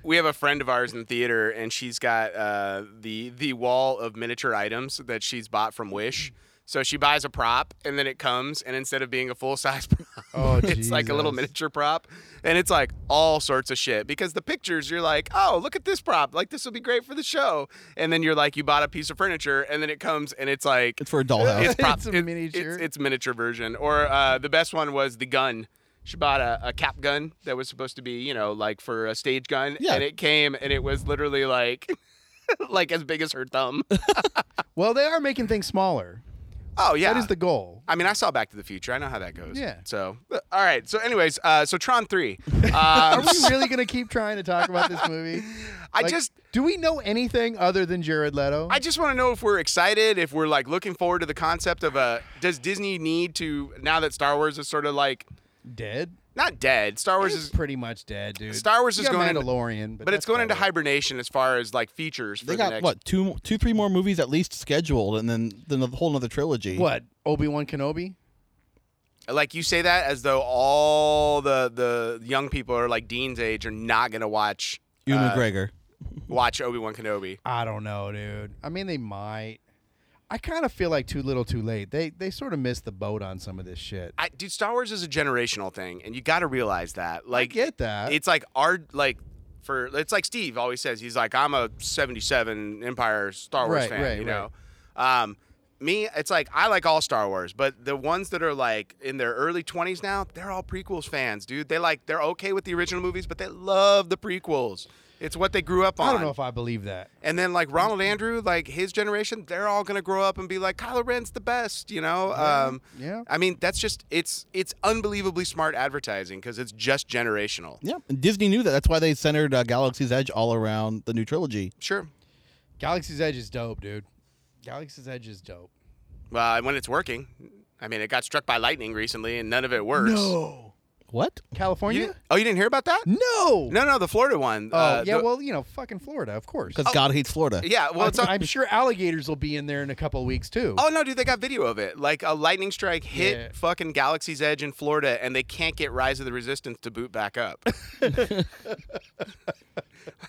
we, have a friend of ours in theater, and she's got uh, the the wall of miniature items that she's bought from Wish. So she buys a prop, and then it comes, and instead of being a full size prop, Oh, it's like a little Jesus. miniature prop, and it's like all sorts of shit. Because the pictures, you're like, oh, look at this prop, like this will be great for the show, and then you're like, you bought a piece of furniture, and then it comes, and it's like It's for a dollhouse. it's prop, It's a it- miniature. It's, it's miniature version. Or uh, the best one was the gun. She bought a, a cap gun that was supposed to be, you know, like for a stage gun, Yeah. and it came and it was literally like, like as big as her thumb. Well, they are making things smaller. Oh yeah, That is the goal. I mean, I saw Back to the Future. I know how that goes. Yeah. So, all right. So, anyways, uh, so Tron Three. Um, Are we really going to keep trying to talk about this movie? I Like, just, do we know anything other than Jared Leto? I just want to know if we're excited, if we're like looking forward to the concept of a. Does Disney need to now that Star Wars is sort of like dead. not dead? Star Wars It's is, pretty much dead, dude. Star Wars You is got going into- Mandalorian, but, but that's it's going into about it. hibernation as far as like features for They the got next. what two, two, three more movies at least scheduled, and then then a whole another trilogy. What Obi Wan Kenobi? Like you say that as though all the the young people are like Dean's age are not gonna watch Ewan uh, McGregor. watch Obi Wan Kenobi. I don't know, dude. I mean, they might. I kind of feel like too little, too late. They they sort of missed the boat on some of this shit. I, dude, Star Wars is a generational thing, and you got to realize that. Like, get that. It's like our like for it's like Steve always says he's like I'm a '77 Empire Star Wars Right, fan, right, you know. Um, me, it's like I like all Star Wars, but the ones that are like in their early 20s now, they're all prequels fans, dude. They like they're okay with the original movies, but they love the prequels. It's what they grew up on. I don't know if I believe that. And then like Ronald Andrew, like his generation, they're all gonna grow up and be like Kylo Ren's the best, you know. Um, yeah. I mean, that's just it's it's unbelievably smart advertising because it's just generational. Yeah, and Disney knew that. That's why they centered uh, Galaxy's Edge all around the new trilogy. Sure. Galaxy's Edge is dope, dude. Galaxy's Edge is dope. Well, and when it's working, I mean, it got struck by lightning recently and none of it works. No, What? California? You- oh, you didn't hear about that? No. No, no, the Florida one. Oh uh, yeah, the- well you know, fucking Florida, of course. Because God hates Florida. yeah. Well, it's. I'm sure alligators will be in there in a couple of weeks too. Oh no, dude! They got video of it. Like a lightning strike hit Yeah. fucking Galaxy's Edge in Florida, and they can't get Rise of the Resistance to boot back up.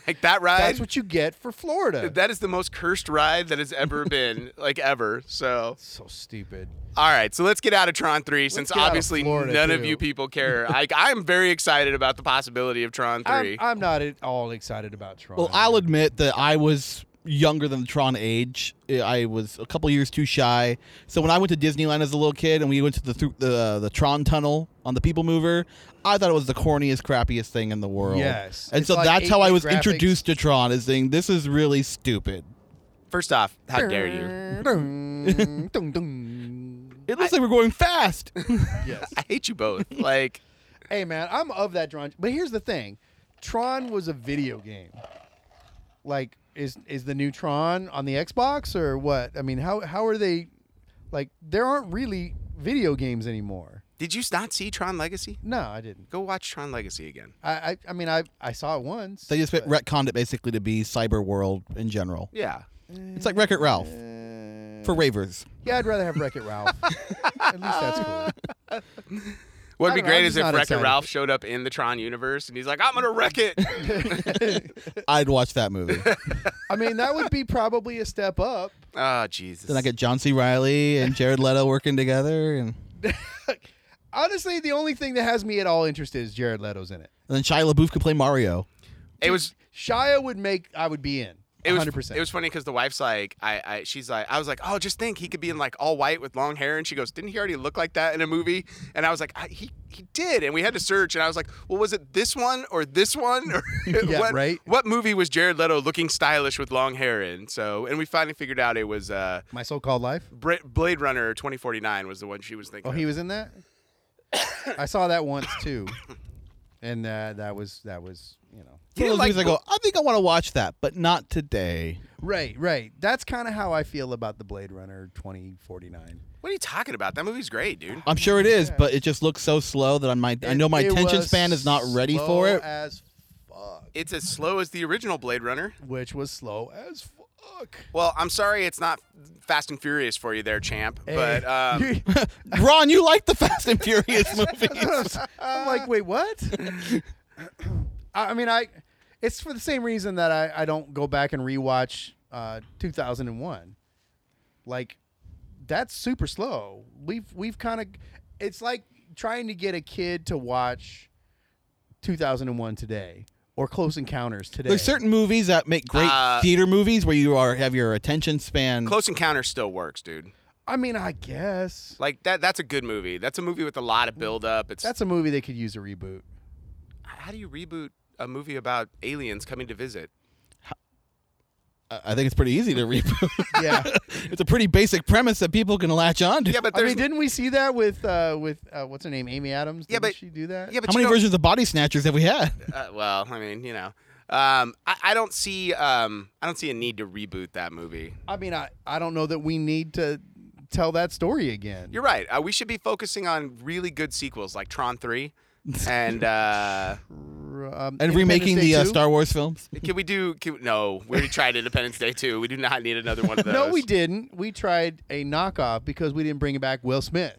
like that ride. That's what you get for Florida. That is the most cursed ride that has ever been, like ever. So, so stupid. all right. So let's get out of Tron 3 since get out of obviously Florida, none of too. you people care. I, I'm very excited about the possibility of Tron 3. I'm, I'm not at all excited about Tron. Well, I'll admit that I was younger than the Tron age. I was a couple years too shy. So when I went to Disneyland as a little kid and we went to the through the the Tron tunnel on the People Mover, I thought it was the corniest, crappiest thing in the world. Yes. And It's so like that's how I 8-bit was graphics. introduced to Tron is saying this is really stupid. First off, how dare you? Dun, Mm, dun, dun. It looks like we're going fast. yes. I hate you both. Like, Hey man, I'm of that Tron. But here's the thing. Tron was a video game. Like is is the new Tron on the Xbox or what? I mean, how how are they like there aren't really video games anymore. did you not see Tron Legacy? No, I didn't. Go watch Tron Legacy again. I I, I mean, I I saw it once. they just retconned it basically to be cyber world in general. Yeah. It's like Wreck It Ralph for ravers. yeah, I'd rather have Wreck It Ralph. At least that's cool. What'd I be don't know, I'm great is just if not Wreck excited. Ralph showed up in the Tron universe and he's like, I'm going to wreck it. I'd watch that movie. I mean, that would be probably a step up. oh, Jesus. then I get John C. Riley and Jared Leto working together, and, and Honestly, the only thing that has me at all interested is Jared Leto's in it. then Shia LaBeouf could play Mario. it was. Shia would make I would be in. It was, 100%. it was funny because the wife's like, I, I, she's like, I was like, oh, just think he could be in like all white with long hair, and she goes, didn't he already look like that in a movie? And I was like, I, he, he did, and we had to search, and I was like, well, was it this one or this one? Or Yeah, what, right. What movie was Jared Leto looking stylish with long hair in? So, and we finally figured out it was uh, my so-called life. Bra- Blade Runner 2049 was the one she was thinking. Oh, of. he was in that. I saw that once too, and uh, that was that was you know. You didn't One of those movies like I go, I think I want to watch that, but not today. Right, right. That's kind of how I feel about the Blade Runner twenty forty nine. What are you talking about? That movie's great, dude. I'm sure it is, but it just looks so slow that I might. I know my attention span is not ready for it. As fuck, It's as slow as the original Blade Runner. which was slow as fuck. Well, I'm sorry it's not Fast and Furious for you there, champ. But um, Ron, you like the Fast and Furious movies? I'm like, wait, what? I I mean, I. It's for the same reason that I, I don't go back and rewatch uh, 2001. Like, that's super slow. We've we've kind of. It's like trying to get a kid to watch 2001 today or Close Encounters today. There's certain movies that make great Uh, Mm. theater movies where you are have your attention span. Close Encounter still works, dude. I mean, I guess Like that. That's a good movie. That's a movie with a lot of build up. It's Mm. that's a movie they could use a reboot. how do you reboot a movie about aliens coming to visit? I I think it's pretty easy to reboot. Yeah. it's a pretty basic premise that people can latch on to. Yeah, but I there's mean, didn't we see that with uh, with uh, what's her name, Amy Adams? Yeah, Didn't but- she do that? yeah, but How you many don't- versions of Body Snatchers have we had? Uh, well, I mean, you know, um, I, I don't see um, I don't see a need to reboot that movie. I mean, I I don't know that we need to tell that story again. You're right. Uh, we should be focusing on really good sequels like Tron Three, and uh, um, And remaking Independence the Day uh, 2? Star Wars films. can we do? Can, no, we already tried Independence Day too. We do not need another one of those. No, we didn't. We tried a knockoff because we didn't bring back Will Smith.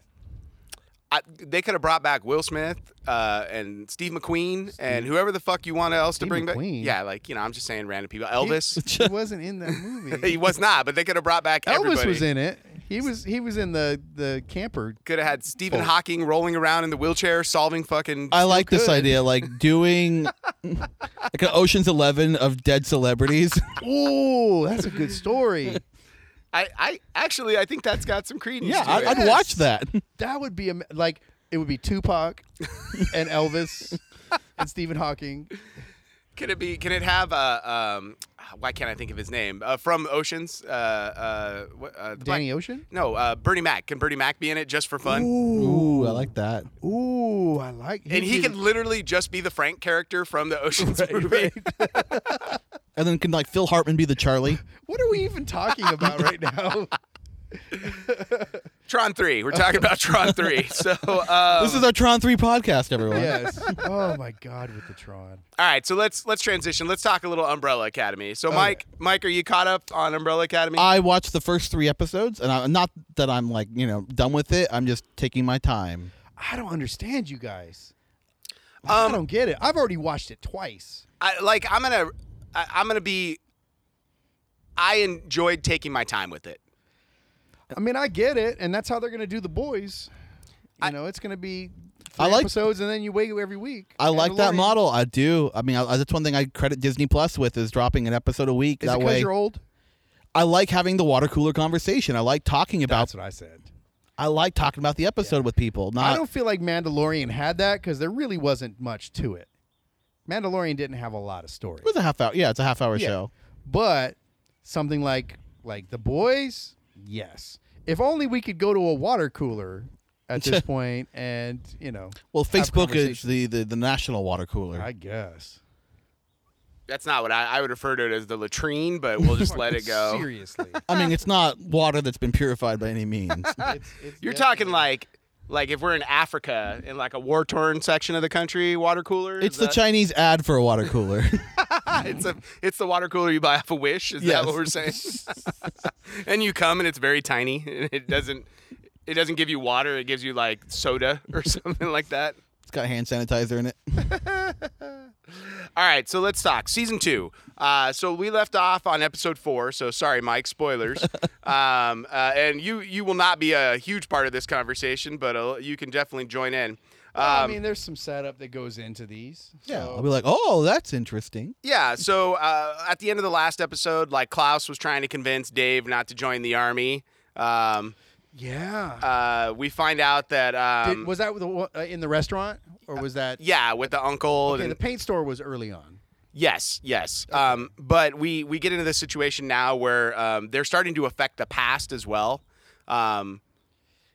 I, they could have brought back Will Smith uh, and Steve McQueen and whoever the fuck you want else Steve to bring McQueen? back. Yeah, like you know, I'm just saying random people. Elvis. He wasn't in that He, movie. was not, but they could have brought back Elvis everybody. was in it. He was he was in the the camper. Could have had Stephen Oh. Hawking rolling around in the wheelchair solving fucking. I like this good. idea, like doing like an Ocean's Eleven of dead celebrities. Ooh, that's a good story. I, I actually I think that's got some credence. yeah, to I, it. I'd watch that. That would be am- like it would be Tupac and Elvis and Stephen Hawking. Can it be? Can it have uh, um? Why can't I think of his name? Uh, from Oceans. Uh, uh, what, uh the Danny black- Ocean. No, uh, Bernie Mac. Can Bernie Mac be in it just for fun? Ooh, I like that. Ooh, I like. And he did- can literally just be the Frank character from the Oceans movie. And then can like Phil Hartman be the Charlie? What are we even talking about right now? Tron Three. We're talking about Tron Three. So um, this is our Tron Three podcast, everyone. yes. Oh my God, with the Tron. all right. So let's let's transition. Let's talk a little Umbrella Academy. Oh, So Mike, Mike, are you caught up on Umbrella Academy? I watched the first three episodes, and I, not that I'm like you know done with it. I'm just taking my time. I don't understand you guys. Um, I don't get it. I've already watched it twice. I like I'm gonna I, I'm gonna be I enjoyed taking my time with it. I mean, I get it, and that's how they're going to do the boys. You know, it's going to be three I like- episodes, and then you wait every week. I like Mandalorian. that model. I do. I mean, I, I- that's one thing I credit Disney Plus with is dropping an episode a week. Is that it way, you're old? I like having the water cooler conversation. I like talking about. what I said. I like talking about the episode with people. I Not don't feel like Mandalorian had that because there really wasn't much to it. Mandalorian didn't have a lot of story, it was a half hour. Yeah, it's a half hour Yeah. show. but something like like the boys, yes. If only we could go to a water cooler at this point, and you know, Well, Facebook is conversations. the, the the national water cooler. I guess. That's not what I, I would refer to it as the latrine, but we'll just let it go. Seriously, I mean, it's not water that's been purified by any means. It's- it's You're definitely- talking like like if we're in Africa in like a war torn section of the country, water cooler. is it's the that- Chinese ad for a water cooler. it's a it's the water cooler you buy off a wish. Is that Yes. what we're saying? and you come and it's very tiny. And it doesn't it doesn't give you water. It gives you like soda or something like that. it's got hand sanitizer in it. All right, so let's talk season two. Uh, so we left off on episode four. So sorry, Mike, spoilers. um, uh, and you you will not be a huge part of this conversation, but uh, you can definitely join in. I Um, mean, there's some setup that goes into these. Yeah, so- I'll be like, oh, that's interesting. yeah. So uh, at the end of the last episode, like Klaus was trying to convince Dave not to join the army. Um, yeah. uh, we find out that um, Did, was that the, one- uh, in the restaurant or was that? yeah, with the uncle okay, and the paint store was early on. Yes, yes. Um, but we we get into this situation now where um, they're starting to affect the past as well. Um,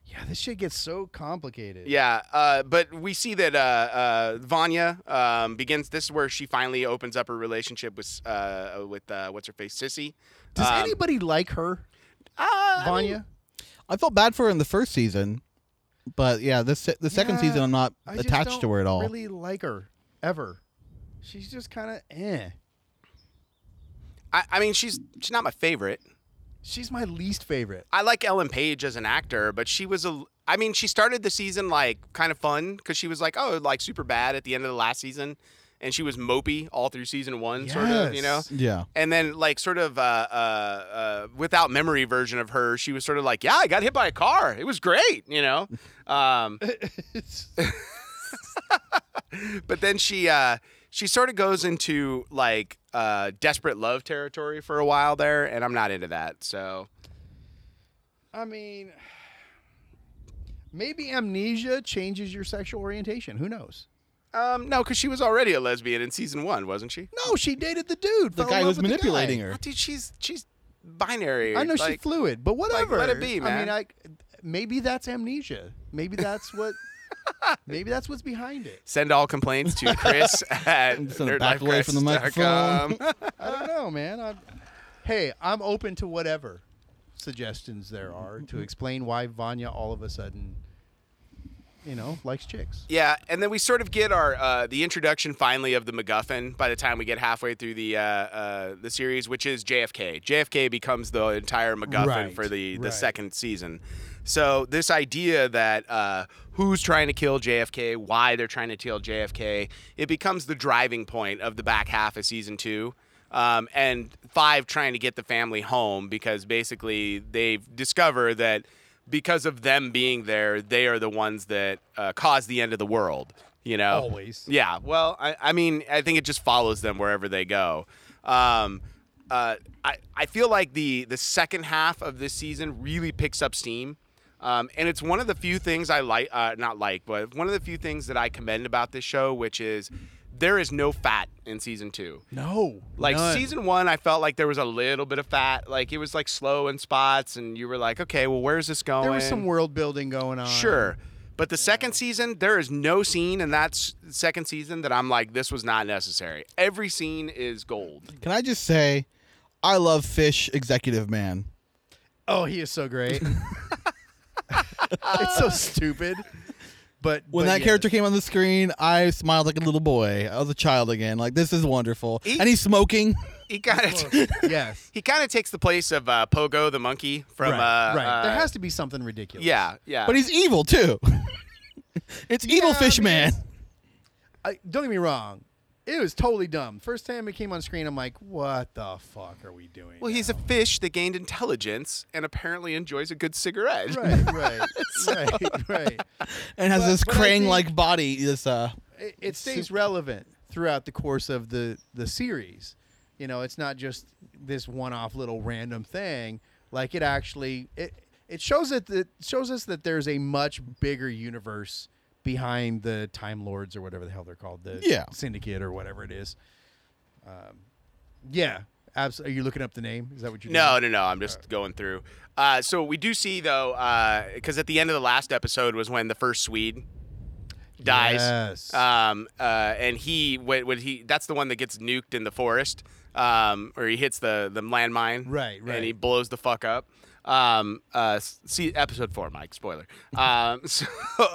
Yeah, this shit gets so complicated. yeah, uh, but we see that uh, uh, Vanya um, begins. This is where she finally opens up her relationship with uh, with uh, what's her face, Sissy. Does Um, anybody like her, uh, I mean, Vanya? I felt bad for her in the first season, but yeah, this se- the second Yeah, season I'm not I just attached don't to her at all. Really like her ever? She's just kind of eh. I, I mean, she's she's not my favorite. She's my least favorite. I like Ellen Page as an actor, but she was a. I mean, she started the season like kind of fun because she was like, oh, like super bad at the end of the last season, and she was mopey all through season one, sort of, you know. Yes. Yeah, And then like sort of uh, uh, uh, without memory version of her, she was sort of like, yeah, I got hit by a car. It was great, you know. Um, but then she uh, she sort of goes into like uh, desperate love territory for a while there, and I'm not into that. So I mean, maybe amnesia changes your sexual orientation. Who knows? Um, no, because she was already a lesbian in season one, wasn't she? No, she dated the dude. The fell in guy love with who's the manipulating her. Dude, she's she's binary. I know she like- fluid, but whatever. let it be, man. I mean, I maybe that's amnesia. Maybe that's what. maybe that's what's behind it. Send all complaints to Chris at just gonna back away from the microphone. nerdlifecrisis.com. I don't know, man. I'm, hey, I'm open to whatever suggestions there are Mm-hmm. to explain why Vanya all of a sudden, you know, likes chicks. yeah, and then we sort of get our uh, the introduction finally of the MacGuffin by the time we get halfway through the uh, uh, the series, which is JFK. JFK becomes the entire MacGuffin Right, for the the right. second season. So this idea that uh, who's trying to kill JFK, why they're trying to kill JFK, it becomes the driving point of the back half of season two. Um, and five trying to get the family home because basically they've discovered that because of them being there, they are the ones that uh, caused the end of the world. You know, Always. Yeah. Well, I, I mean, I think it just follows them wherever they go. Um, uh, I, I feel like the the second half of this season really picks up steam. Um, and it's one of the few things I like, uh, not like, but one of the few things that I commend about this show, which is there is no fat in season two. No, Like season one, I felt like there was a little bit of fat. Like it was like slow in spots, and you were like, okay, well, where's this going? There was some world building going on. Sure. But the second season, there is no scene in that s- second season that I'm like, this was not necessary. Every scene is gold. Can I just say, I love Fish, executive man. Oh, he is so great. it's so stupid. But When but that yes. character came on the screen, I smiled like a little boy. I was a child again. Like this is wonderful. He- and he's smoking. He kind of yes, he kind of takes the place of uh, Pogo the monkey from right, uh, right. there uh, has to be something ridiculous. yeah yeah. But he's evil too. it's evil Yeah, I fish mean, man. I, don't get me wrong. It was totally dumb. First time it came on screen, I'm like, "What the fuck are we doing?" well, he's a fish that gained intelligence and apparently enjoys a good cigarette. right, right, right, right. And has But- this but I think- crane like body. This uh It, it stays relevant throughout the course of the the series. You know, it's not just this one-off little random thing. Like it actually it it shows it that shows us that there's a much bigger universe behind the Time Lords or whatever the hell they're called, the Yeah. Syndicate or whatever it is. Um, yeah, absolutely. Are you looking up the name? Is that what you? No, no, no. I'm just going through. Uh, so we do see though, because at the end of the last episode was when the first Swede dies. Yes. Um, uh, and he when, when he that's the one that gets nuked in the forest, um, or he hits the the landmine. Right, right. And he blows the fuck up. Um, uh, s- see episode four, Mike. Spoiler. Um, so,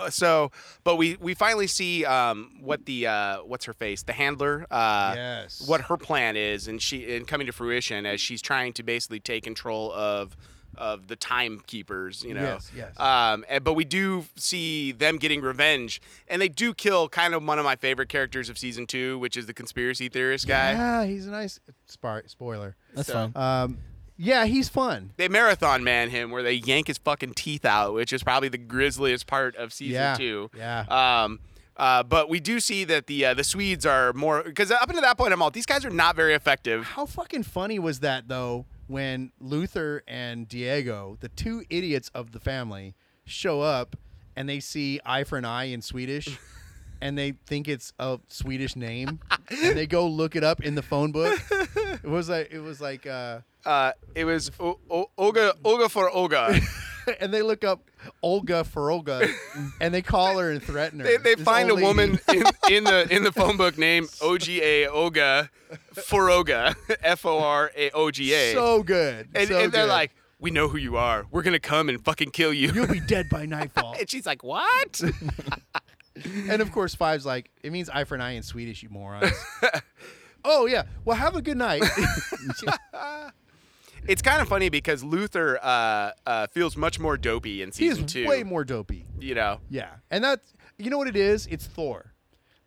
so, but we we finally see um what the uh what's her face the handler uh Yes. what her plan is and she and coming to fruition as she's trying to basically take control of of the timekeepers you know Yes, yes. um and, but we do see them getting revenge and they do kill kind of one of my favorite characters of season 2 which is the conspiracy theorist guy Yeah, Ah, he's a nice spar- spoiler. that's So- fine. Um, yeah, he's fun. they marathon man him where they yank his fucking teeth out, which is probably the grisliest part of season Yeah, two. yeah. Um, uh, but we do see that the uh, the Swedes are more because up until that point, I'm all these guys are not very effective. How fucking funny was that though when Luther and Diego, the two idiots of the family, show up and they see eye for an eye in Swedish and they think it's a Swedish name and they go look it up in the phone book. It was like it was like uh Uh, it was o- o- Olga Olga for Olga. and they look up Olga for Olga and they call her and threaten her. They, they This find a old lady. woman in, in the in the phone book named OGA Olga Foroga F O R A O G A. so good. and, so and they're good. like, "We know who you are. We're gonna come and fucking kill you." You'll be dead by nightfall. and she's like, "What?" and of course, Five's like, it means eye for an eye in Swedish, you morons. oh, yeah. Well, have a good night. It's kind of funny because Luther uh, uh, feels much more dopey in He's season two. way more dopey. You know, Yeah. And that's, you know what it is? It's Thor.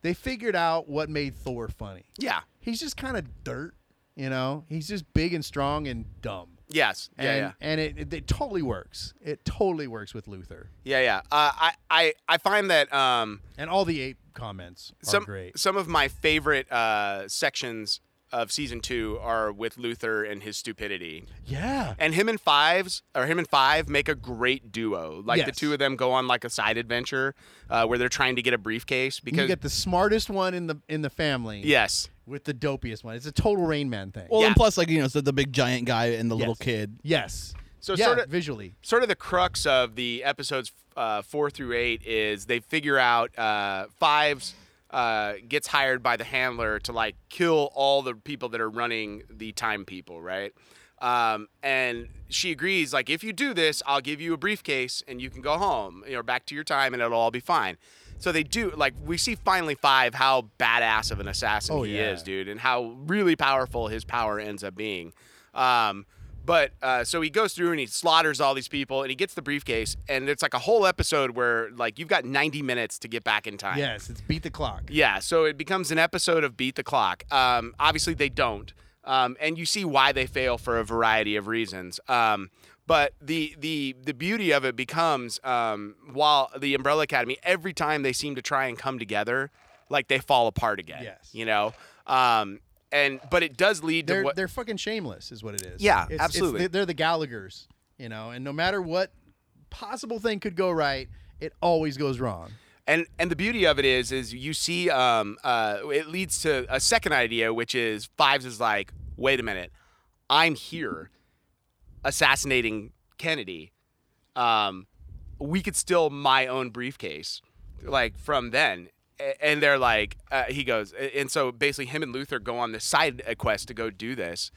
They figured out what made Thor funny. yeah, He's just kind of dirt, you know? He's just big and strong and dumb. yes, yeah, and, yeah, And it, it, it totally works. It totally works with Luther. yeah, yeah. Uh, I, I, I find that um, And all the ape comments are some great. some of my favorite uh, sections of season two are with Luther and his stupidity. Yeah. And him and Fives, or him and Five, make a great duo. Like the Yes. two of them go on like a side adventure uh, where they're trying to get a briefcase And You because get the smartest one in the in the family. yes, With the dopiest one. It's a total Rain Man thing. Well, Yeah. and plus, like you know, so the big giant guy and the little Yes. kid. yes. So yeah, sorta- visually. sort of the crux of the episodes uh, four through eight is they figure out uh, Fives uh, gets hired by the handler to like kill all the people that are running the time people, right? Um, and she agrees, like, if you do this, I'll give you a briefcase and you can go home, you know, back to your time and it'll all be fine. So they do, like, we see finally Five how badass of an assassin Oh, he yeah. is, dude, and how really powerful his power ends up being. Um, but uh, so he goes through and he slaughters all these people and he gets the briefcase and it's like a whole episode where like you've got 90 minutes to get back in time. Yes, it's beat the clock. Yeah, so it becomes an episode of Beat the Clock. Um, obviously, they don't, um, and you see why they fail for a variety of reasons. Um, but the the the beauty of it becomes um, while the Umbrella Academy, every time they seem to try and come together, like they fall apart again. Yes. you know. Um, and but it does lead to They're what they're fucking shameless is what it is. Yeah, It's- it's- absolutely. they- they're the Gallagher's, you know, and no matter what possible thing could go right, it always goes wrong. And and the beauty of it is is you see um uh it leads to a second idea which is Fives is like wait a minute I'm here assassinating Kennedy um we could steal my own briefcase like from then A- and they're like uh, he goes and so basically him and Luther go on this side uh, quest to go do this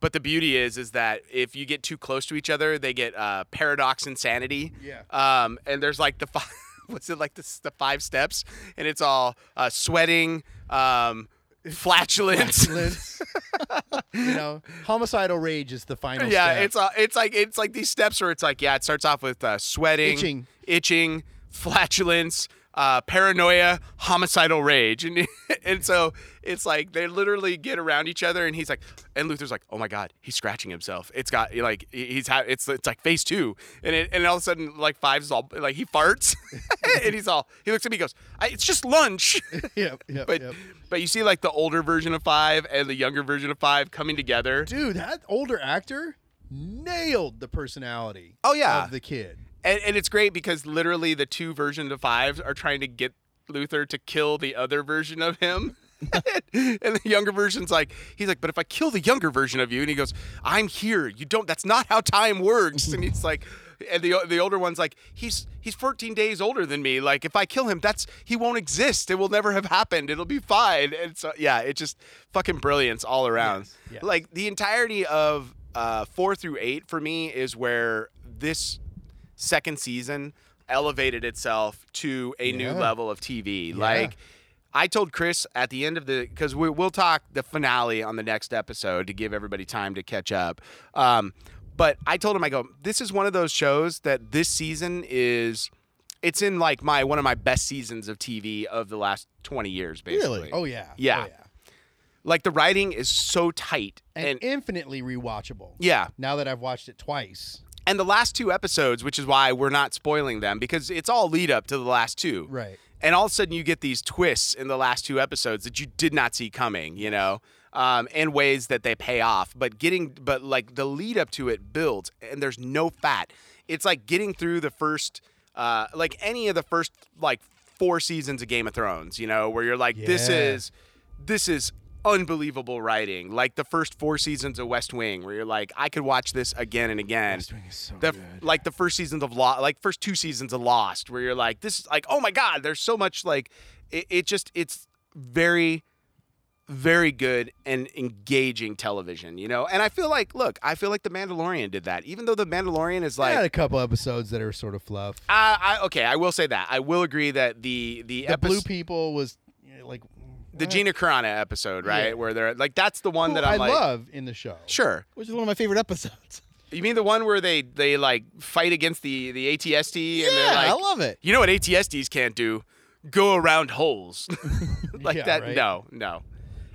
but the beauty is, is that if you get too close to each other, they get uh, paradox insanity. Yeah. Um, and there's like the five, what's it like the, s- the five steps, and it's all uh, sweating, um, flatulence. Liz, you know, homicidal rage is the final yeah, step. it's uh, it's like it's like these steps where it's like yeah, it starts off with uh, sweating, Itching. itching, flatulence. Uh, paranoia, homicidal rage, and and so it's like they literally get around each other, and he's like, and Luther's like, oh my god, he's scratching himself. It's got like he's ha- it's it's like phase two, and it, and all of a sudden like Fives is all like he farts, and he's all he looks at me, he goes, I, it's just lunch. yep, yep, But yep. but you see like the older version of Five and the younger version of Five coming together. Dude, that older actor nailed the personality. Oh, yeah. of the kid. and, and it's great because literally the two versions of fives are trying to get Luther to kill the other version of him. and the younger version's like, he's like, but if I kill the younger version of you, and he goes, I'm here. You don't. That's not how time works. And he's like, and the the older one's like, he's he's 14 days older than me. Like if I kill him, that's he won't exist. It will never have happened. It'll be fine. And so yeah, it's just fucking brilliance all around. yes. Like the entirety of uh, four through eight for me is where this second season elevated itself to a new Yeah. level of TV. Like I told Chris at the end of the because we, we'll talk the finale on the next episode to give everybody time to catch up. Um, but I told him I go this is one of those shows that this season is it's in like my one of my best seasons of TV of the last 20 years basically. Oh yeah. Yeah. Oh, yeah. Like the writing is so tight And, and infinitely rewatchable. yeah. Now that I've watched it twice. and the last two episodes, which is why we're not spoiling them because it's all lead up to the last two. Right. And all of a sudden, you get these twists in the last two episodes that you did not see coming, you know, um, and ways that they pay off. But getting, but like the lead up to it builds, and there's no fat. It's like getting through the first, uh, like any of the first like four seasons of Game of Thrones, you know, where you're like, this Yeah. is is- this is unbelievable writing. Like the first four seasons of West Wing, where you're like, I could watch this again and again. West Wing is so good. Like the first seasons of Lost, like first two seasons of Lost, where you're like, this is like, oh my god, there's so much like, it, it just it's very very good and engaging television, you know? And I feel like, look, I feel like The Mandalorian did that. Even though The Mandalorian is I like had a couple episodes that are sort of fluff. I, I okay, I will say that. I will agree that the the, the blue epis- people was you know, like the Gina Carano episode, right? Yeah. Where they're like that's the one who that I I'm like love in the show. Sure. which is one of my favorite episodes. You mean the one where they they like fight against the the ATST and they're Yeah, like, I love it. you know what ATSTs can't do? Go around holes like Yeah, that. right. No, no.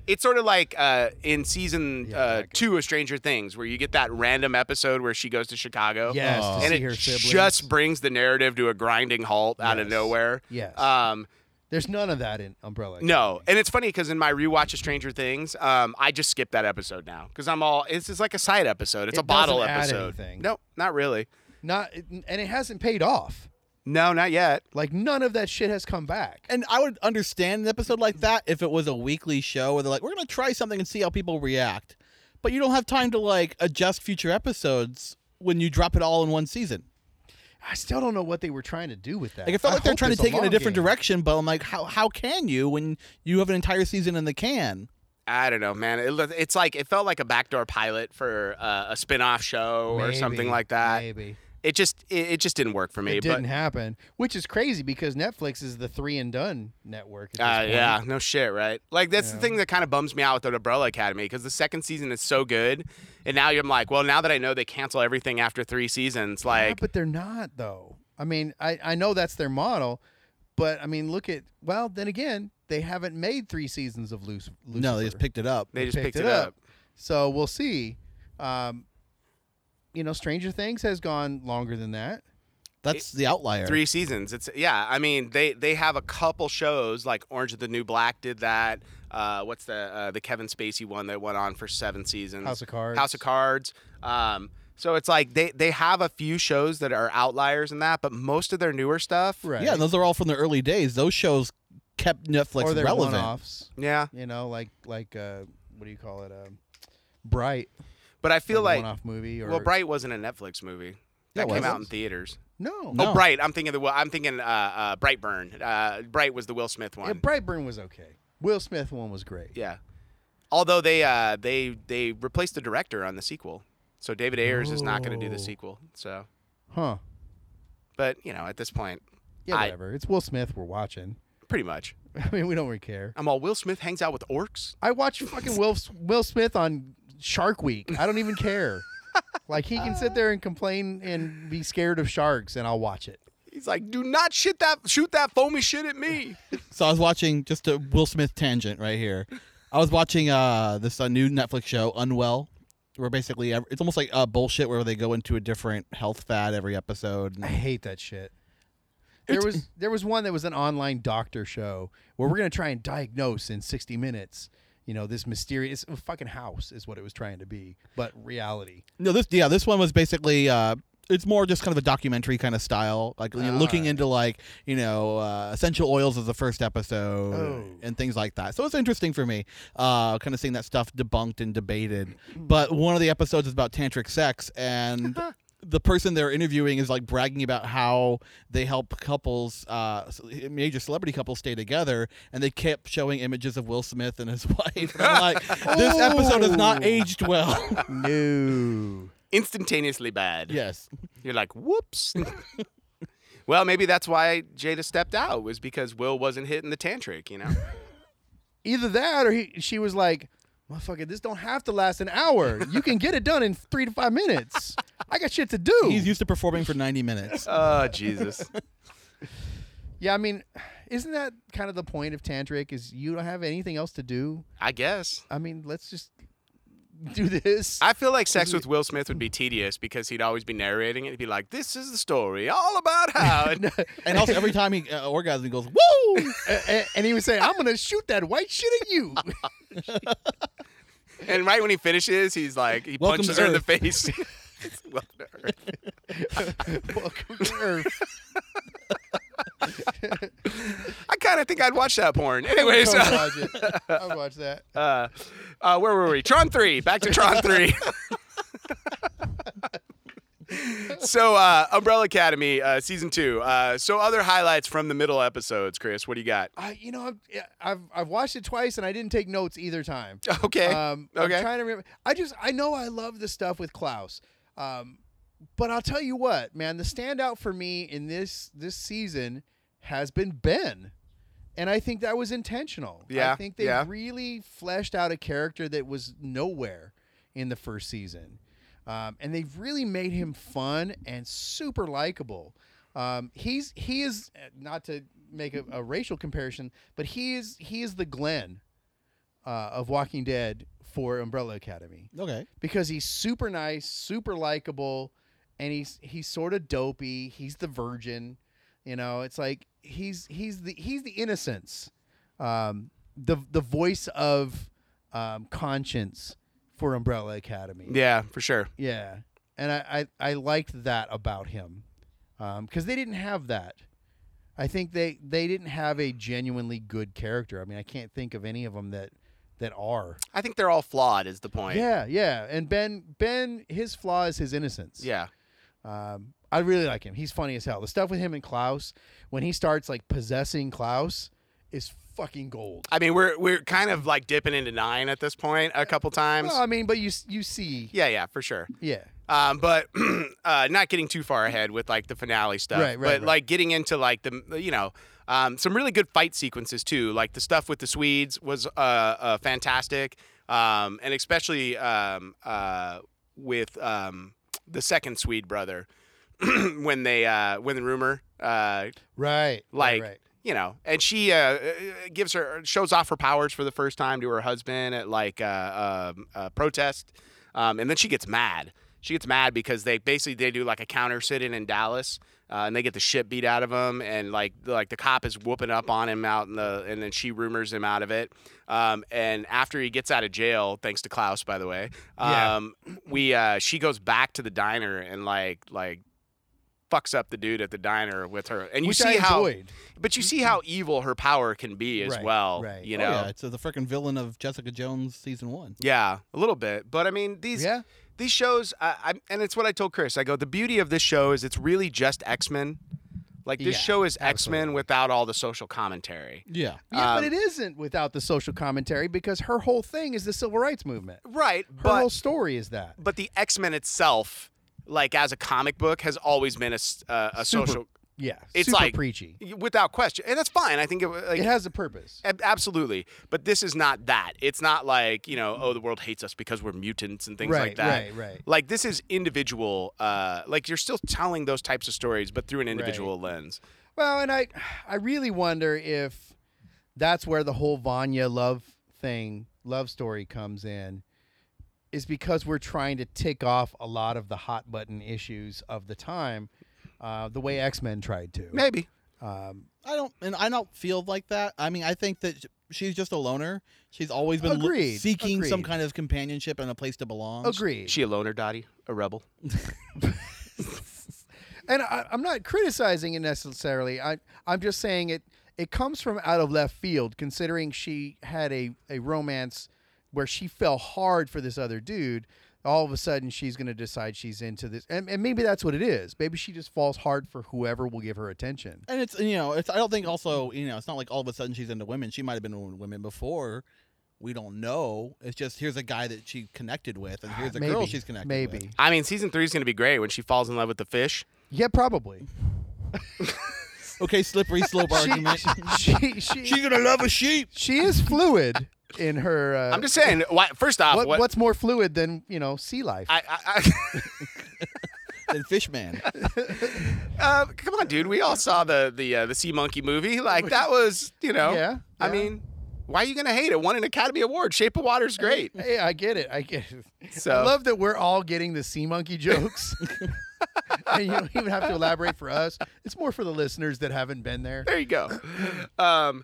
It's sort of like uh, in season Yeah, uh, not good. two of Stranger Things, where you get that random episode where she goes to Chicago. Yes, to and see it her siblings. just brings the narrative to a grinding halt out of Yes. nowhere. Yes. Um, There's none of that in Umbrella. No, and it's funny because in my rewatch of Stranger Things, um, I just skipped that episode now because I'm all it's just like a side episode. It's It a bottle doesn't add episode. anything. No, not really. Not and it hasn't paid off. No, not yet. Like none of that shit has come back. And I would understand an episode like that if it was a weekly show where they're like, we're going to try something and see how people react. But you don't have time to like adjust future episodes when you drop it all in one season. I still don't know what they were trying to do with that. Like it felt I like they're hope trying to it's take it in a long different game. direction, but I'm like, how how can you when you have an entire season in the can? I don't know, man. It, look- it's like it felt like a backdoor pilot for uh, a spin-off show or something Maybe, like that. Maybe It just it, it just didn't work for me. it didn't but happen, which is crazy because Netflix is the three and done network. At this uh, point. yeah, no shit, right? Like that's the thing that kind of bums me out with the Umbrella Academy because the second season is so good, and now I'm like, well, now that I know they cancel everything after three seasons, Yeah, like but they're not though. I mean, I I know that's their model, but I mean, look at well, then again, they haven't made three seasons of Luc- Lucifer. No, they just picked it up. they just picked, it up. So we'll see. Um, you know, Stranger Things has gone longer than that. That's the outlier. Three seasons. It's yeah. I mean, they they have a couple shows like Orange is the New Black did that. Uh, what's the uh, the Kevin Spacey one that went on for seven seasons? House of Cards. House of Cards. Um, so it's like they they have a few shows that are outliers in that, but most of their newer stuff. Right. Yeah, and those are all from the early days. Those shows kept Netflix or they're relevant. one-offs. Yeah, You know, like like uh, what do you call it? Um, Bright. but I feel like a like, one-off movie or well, Bright wasn't a Netflix movie. That Yeah, it came out in was. theaters. No, No. Oh, Bright. I'm thinking the Will- I'm thinking uh, uh, Brightburn. Uh, Bright was the Will Smith one. Yeah, Brightburn was okay. Will Smith one was great. Yeah. Although they uh, they they replaced the director on the sequel, so David Ayers is not going to do Oh. the sequel. So, Huh? but you know, at this point, Yeah, I- whatever. it's Will Smith. We're watching. pretty much, I mean, we don't really care. I'm all Will Smith hangs out with orcs. I watch fucking Will Will Smith on Shark Week. I don't even care. like he can sit there and complain and be scared of sharks, and I'll watch it. He's like, do not shoot that shoot that foamy shit at me. So I was watching just a Will Smith tangent right here. I was watching uh, this uh, new Netflix show, Unwell, where basically ev- it's almost like uh, bullshit where they go into a different health fad every episode. I hate that shit. There was there was one that was an online doctor show where we're gonna try and diagnose in sixty minutes. You know this mysterious it was fucking house is what it was trying to be, but reality. No, this yeah, this one was basically uh, it's more just kind of a documentary kind of style, like you know, looking into like you know uh, essential oils of the first episode and things like that. So it's interesting for me, uh, kind of seeing that stuff debunked and debated. but one of the episodes is about tantric sex and. The person they're interviewing is like bragging about how they help couples, uh, c- major celebrity couples, stay together, and they kept showing images of Will Smith and his wife. And I'm like, this episode has not Oh. aged well. No. Instantaneously bad. yes, You're like, whoops. well, maybe that's why Jada stepped out was because Will wasn't hitting the tantric. You know, Either that or he, she was like, "Motherfucker, this don't have to last an hour. You can get it done in three to five minutes. I got shit to do." He's used to performing for 90 minutes. oh Jesus. Yeah, I mean, isn't that kind of the point of tantric? Is you don't have anything else to do? I guess. I mean, let's just do this. I feel like sex with Will Smith would be tedious because he'd always be narrating it. He'd be like, "This is the story, all about how." And- And also, every time he uh, orgasms, he goes, Woo! A- a- and he would say, "I'm gonna shoot that white shit at you." and right when he finishes, he's like, he Welcome punches to her in the face. Welcome to Earth. Welcome to Earth. I kind of think I'd watch that porn. Anyways, Come uh, watch it. I watch that. uh, uh, where were we? Tron three. Back to Tron three. so, uh, Umbrella Academy uh, season two. Uh, so, other highlights from the middle episodes, Chris. What do you got? I, you know, I've, yeah, I've I've watched it twice, and I didn't take notes either time. Okay. Um, okay. I'm trying to remember. I just I know I love the stuff with Klaus, um, but I'll tell you what, man. The standout for me in this this season has been Ben, and I think that was intentional. I Yeah, think they yeah. really fleshed out a character that was nowhere in the first season, um, and they've really made him fun and super likable. Um, he's he is uh, not to make a, a racial comparison, but he is he is the Glenn uh, of Walking Dead for Umbrella Academy Okay. because he's super nice, super likable, and he's he's sort of dopey. He's the virgin, You know, it's like he's he's the he's the innocence, um, the the voice of um, conscience for Umbrella Academy. Yeah, for sure. Yeah, and I I, I liked that about him because they didn't have that. I think they they didn't have a genuinely good character. I mean, I can't think of any of them that that are. I think they're all flawed. Is the point? Yeah, yeah. And Ben Ben his flaw is his innocence. Yeah. Um, I really like him. He's funny as hell. The stuff with him and Klaus when he starts like possessing Klaus is fucking gold. I mean, we're we're kind of like dipping into nine at this point a couple times. Well, I mean, but you s- you see, yeah, yeah, for sure. yeah. Um, but uh, not getting too far ahead with like the finale stuff. Right, right, But right. like getting into like the you know um, some really good fight sequences too. Like the stuff with the Swedes was uh, uh, fantastic, um, and especially um, uh, with um, the second Swede brother when they uh, when the rumor uh, right, right, like right. you know and she uh, uh, gives her shows off her powers for the first time to her husband at like a, a, a protest um, and then she gets mad she gets mad because they basically they do like a counter sit-in in dallas uh, and they get the shit beat out of him and like like the cop is whooping up on him out in the and then she rumors him out of it um, and after he gets out of jail thanks to klaus by the way Yeah. um, we uh, she goes back to the diner and like like fucks up the dude at the diner with her and you Which I see how enjoyed. Mm-hmm. but you see how evil her power can be as Right, well. right. You Oh, know. yeah, yeah. it's uh, the freaking villain of Jessica Jones season one. a little bit. But I mean, these Yeah. these shows, I, I, and it's what I told Chris. I go, the beauty of this show is it's really just X Men. Like this Yeah, show is X absolutely. Men without all the social commentary. Yeah, Yeah, Um, but it isn't without the social commentary because her whole thing is the civil rights movement. Right, Her but whole story is that. but the X Men itself, like as a comic book, has always been a, s- uh, a Super- social Yeah, It's super like- preachy. without question, and that's fine. I think it, like, It has a purpose. Ab- Absolutely. But this is not that. It's not like, you know, oh, the world hates us because we're mutants and things like Right, that. right, right. Like, this is individual. Uh, like, you're still telling those types of stories, but through an individual lens. Well, and I, I really wonder if that's where the whole Vanya love thing, love story comes in, is because we're trying to tick off a lot of the hot button issues of the time, uh, the way X Men tried to. Maybe. Um, I don't, and I don't feel like that. I mean, I think that sh- she's just a loner. She's always been lo- Agreed, seeking some agreed. kind of companionship and a place to belong. agreed. She a loner, Dottie? A rebel? and I, I'm not criticizing it necessarily. I I'm just saying it it comes from out of left field, considering she had a a romance where she fell hard for this other dude. All of a sudden, she's going to decide she's into this, and, and maybe that's what it is. Maybe she just falls hard for whoever will give her attention. And it's you know, it's I don't think also you know, it's not like all of a sudden she's into women. She might have been into women before. We don't know. It's just here's a guy that she connected with, and here's a maybe, girl she's connected Maybe, with. I mean, season three is going to be great when she falls in love with the fish. yeah, probably. Okay, slippery slope argument. she she she's she, gonna love a sheep. she is fluid in her. Uh, I'm just saying, why, first off, what, what. what's more fluid than you know sea life? I, I, Then Fishman. I, uh, come on, dude. We all saw the the uh, the Sea Monkey movie. Like that was, you know. Yeah, I yeah. mean, why are you gonna hate it? Won an Academy Award. Shape of Water's great. Hey, I get it. I get it. I So- love that we're all getting the sea monkey jokes. and you don't even have to elaborate for us. It's more for the listeners that haven't been there. There you go. Um, uh, And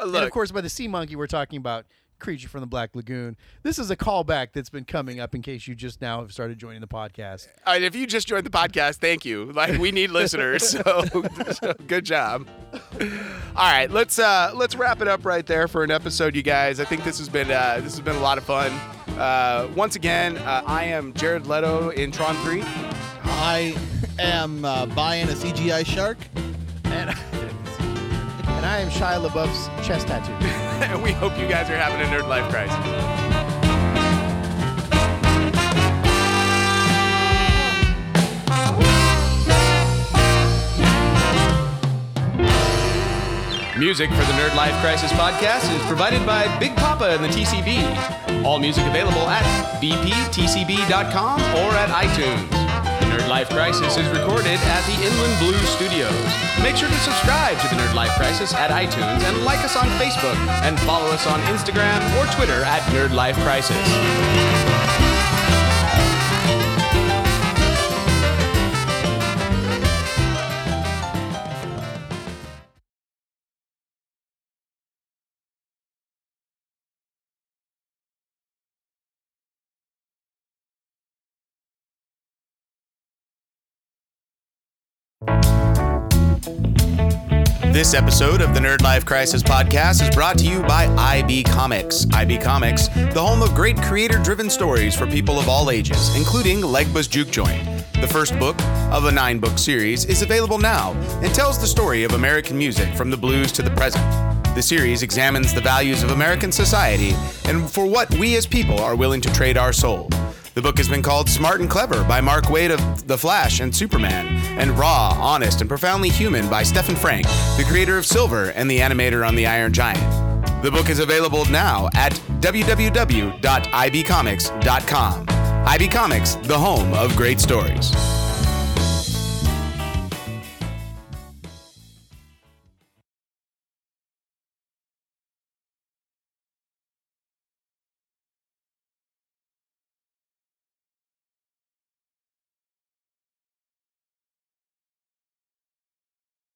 of look, course, by the sea monkey, we're talking about Creature from the Black Lagoon. This is a callback that's been coming up in case you just now have started joining the podcast. I mean, if you just joined the podcast, thank you. Like we need listeners, so, so good job. All right, let's uh, let's wrap it up right there for an episode, you guys. I think this has been uh, this has been a lot of fun. Uh, once again, uh, I am Jared Leto in Tron Three. I am uh, buying a CGI shark. And, and I am Shia LaBeouf's chest tattoo. and we hope you guys are having a nerd life crisis. Music for the Nerd Life Crisis podcast is provided by Big Papa and the TCB. All music available at bptcb.com or at iTunes. The Nerd Life Crisis is recorded at the Inland Blue Studios. Make sure to subscribe to the Nerd Life Crisis at iTunes and like us on Facebook and follow us on Instagram or Twitter at Nerd Life Crisis. This episode of the Nerd Life Crisis podcast is brought to you by IB Comics. IB Comics, the home of great creator driven stories for people of all ages, including Legba's Juke Joint. The first book of a nine book series is available now and tells the story of American music from the blues to the present. The series examines the values of American society and for what we as people are willing to trade our soul. The book has been called Smart and Clever by Mark Wade of The Flash and Superman, and Raw, Honest, and Profoundly Human by Stephen Frank, the creator of Silver and the animator on The Iron Giant. The book is available now at www.ibcomics.com. IB Comics, the home of great stories.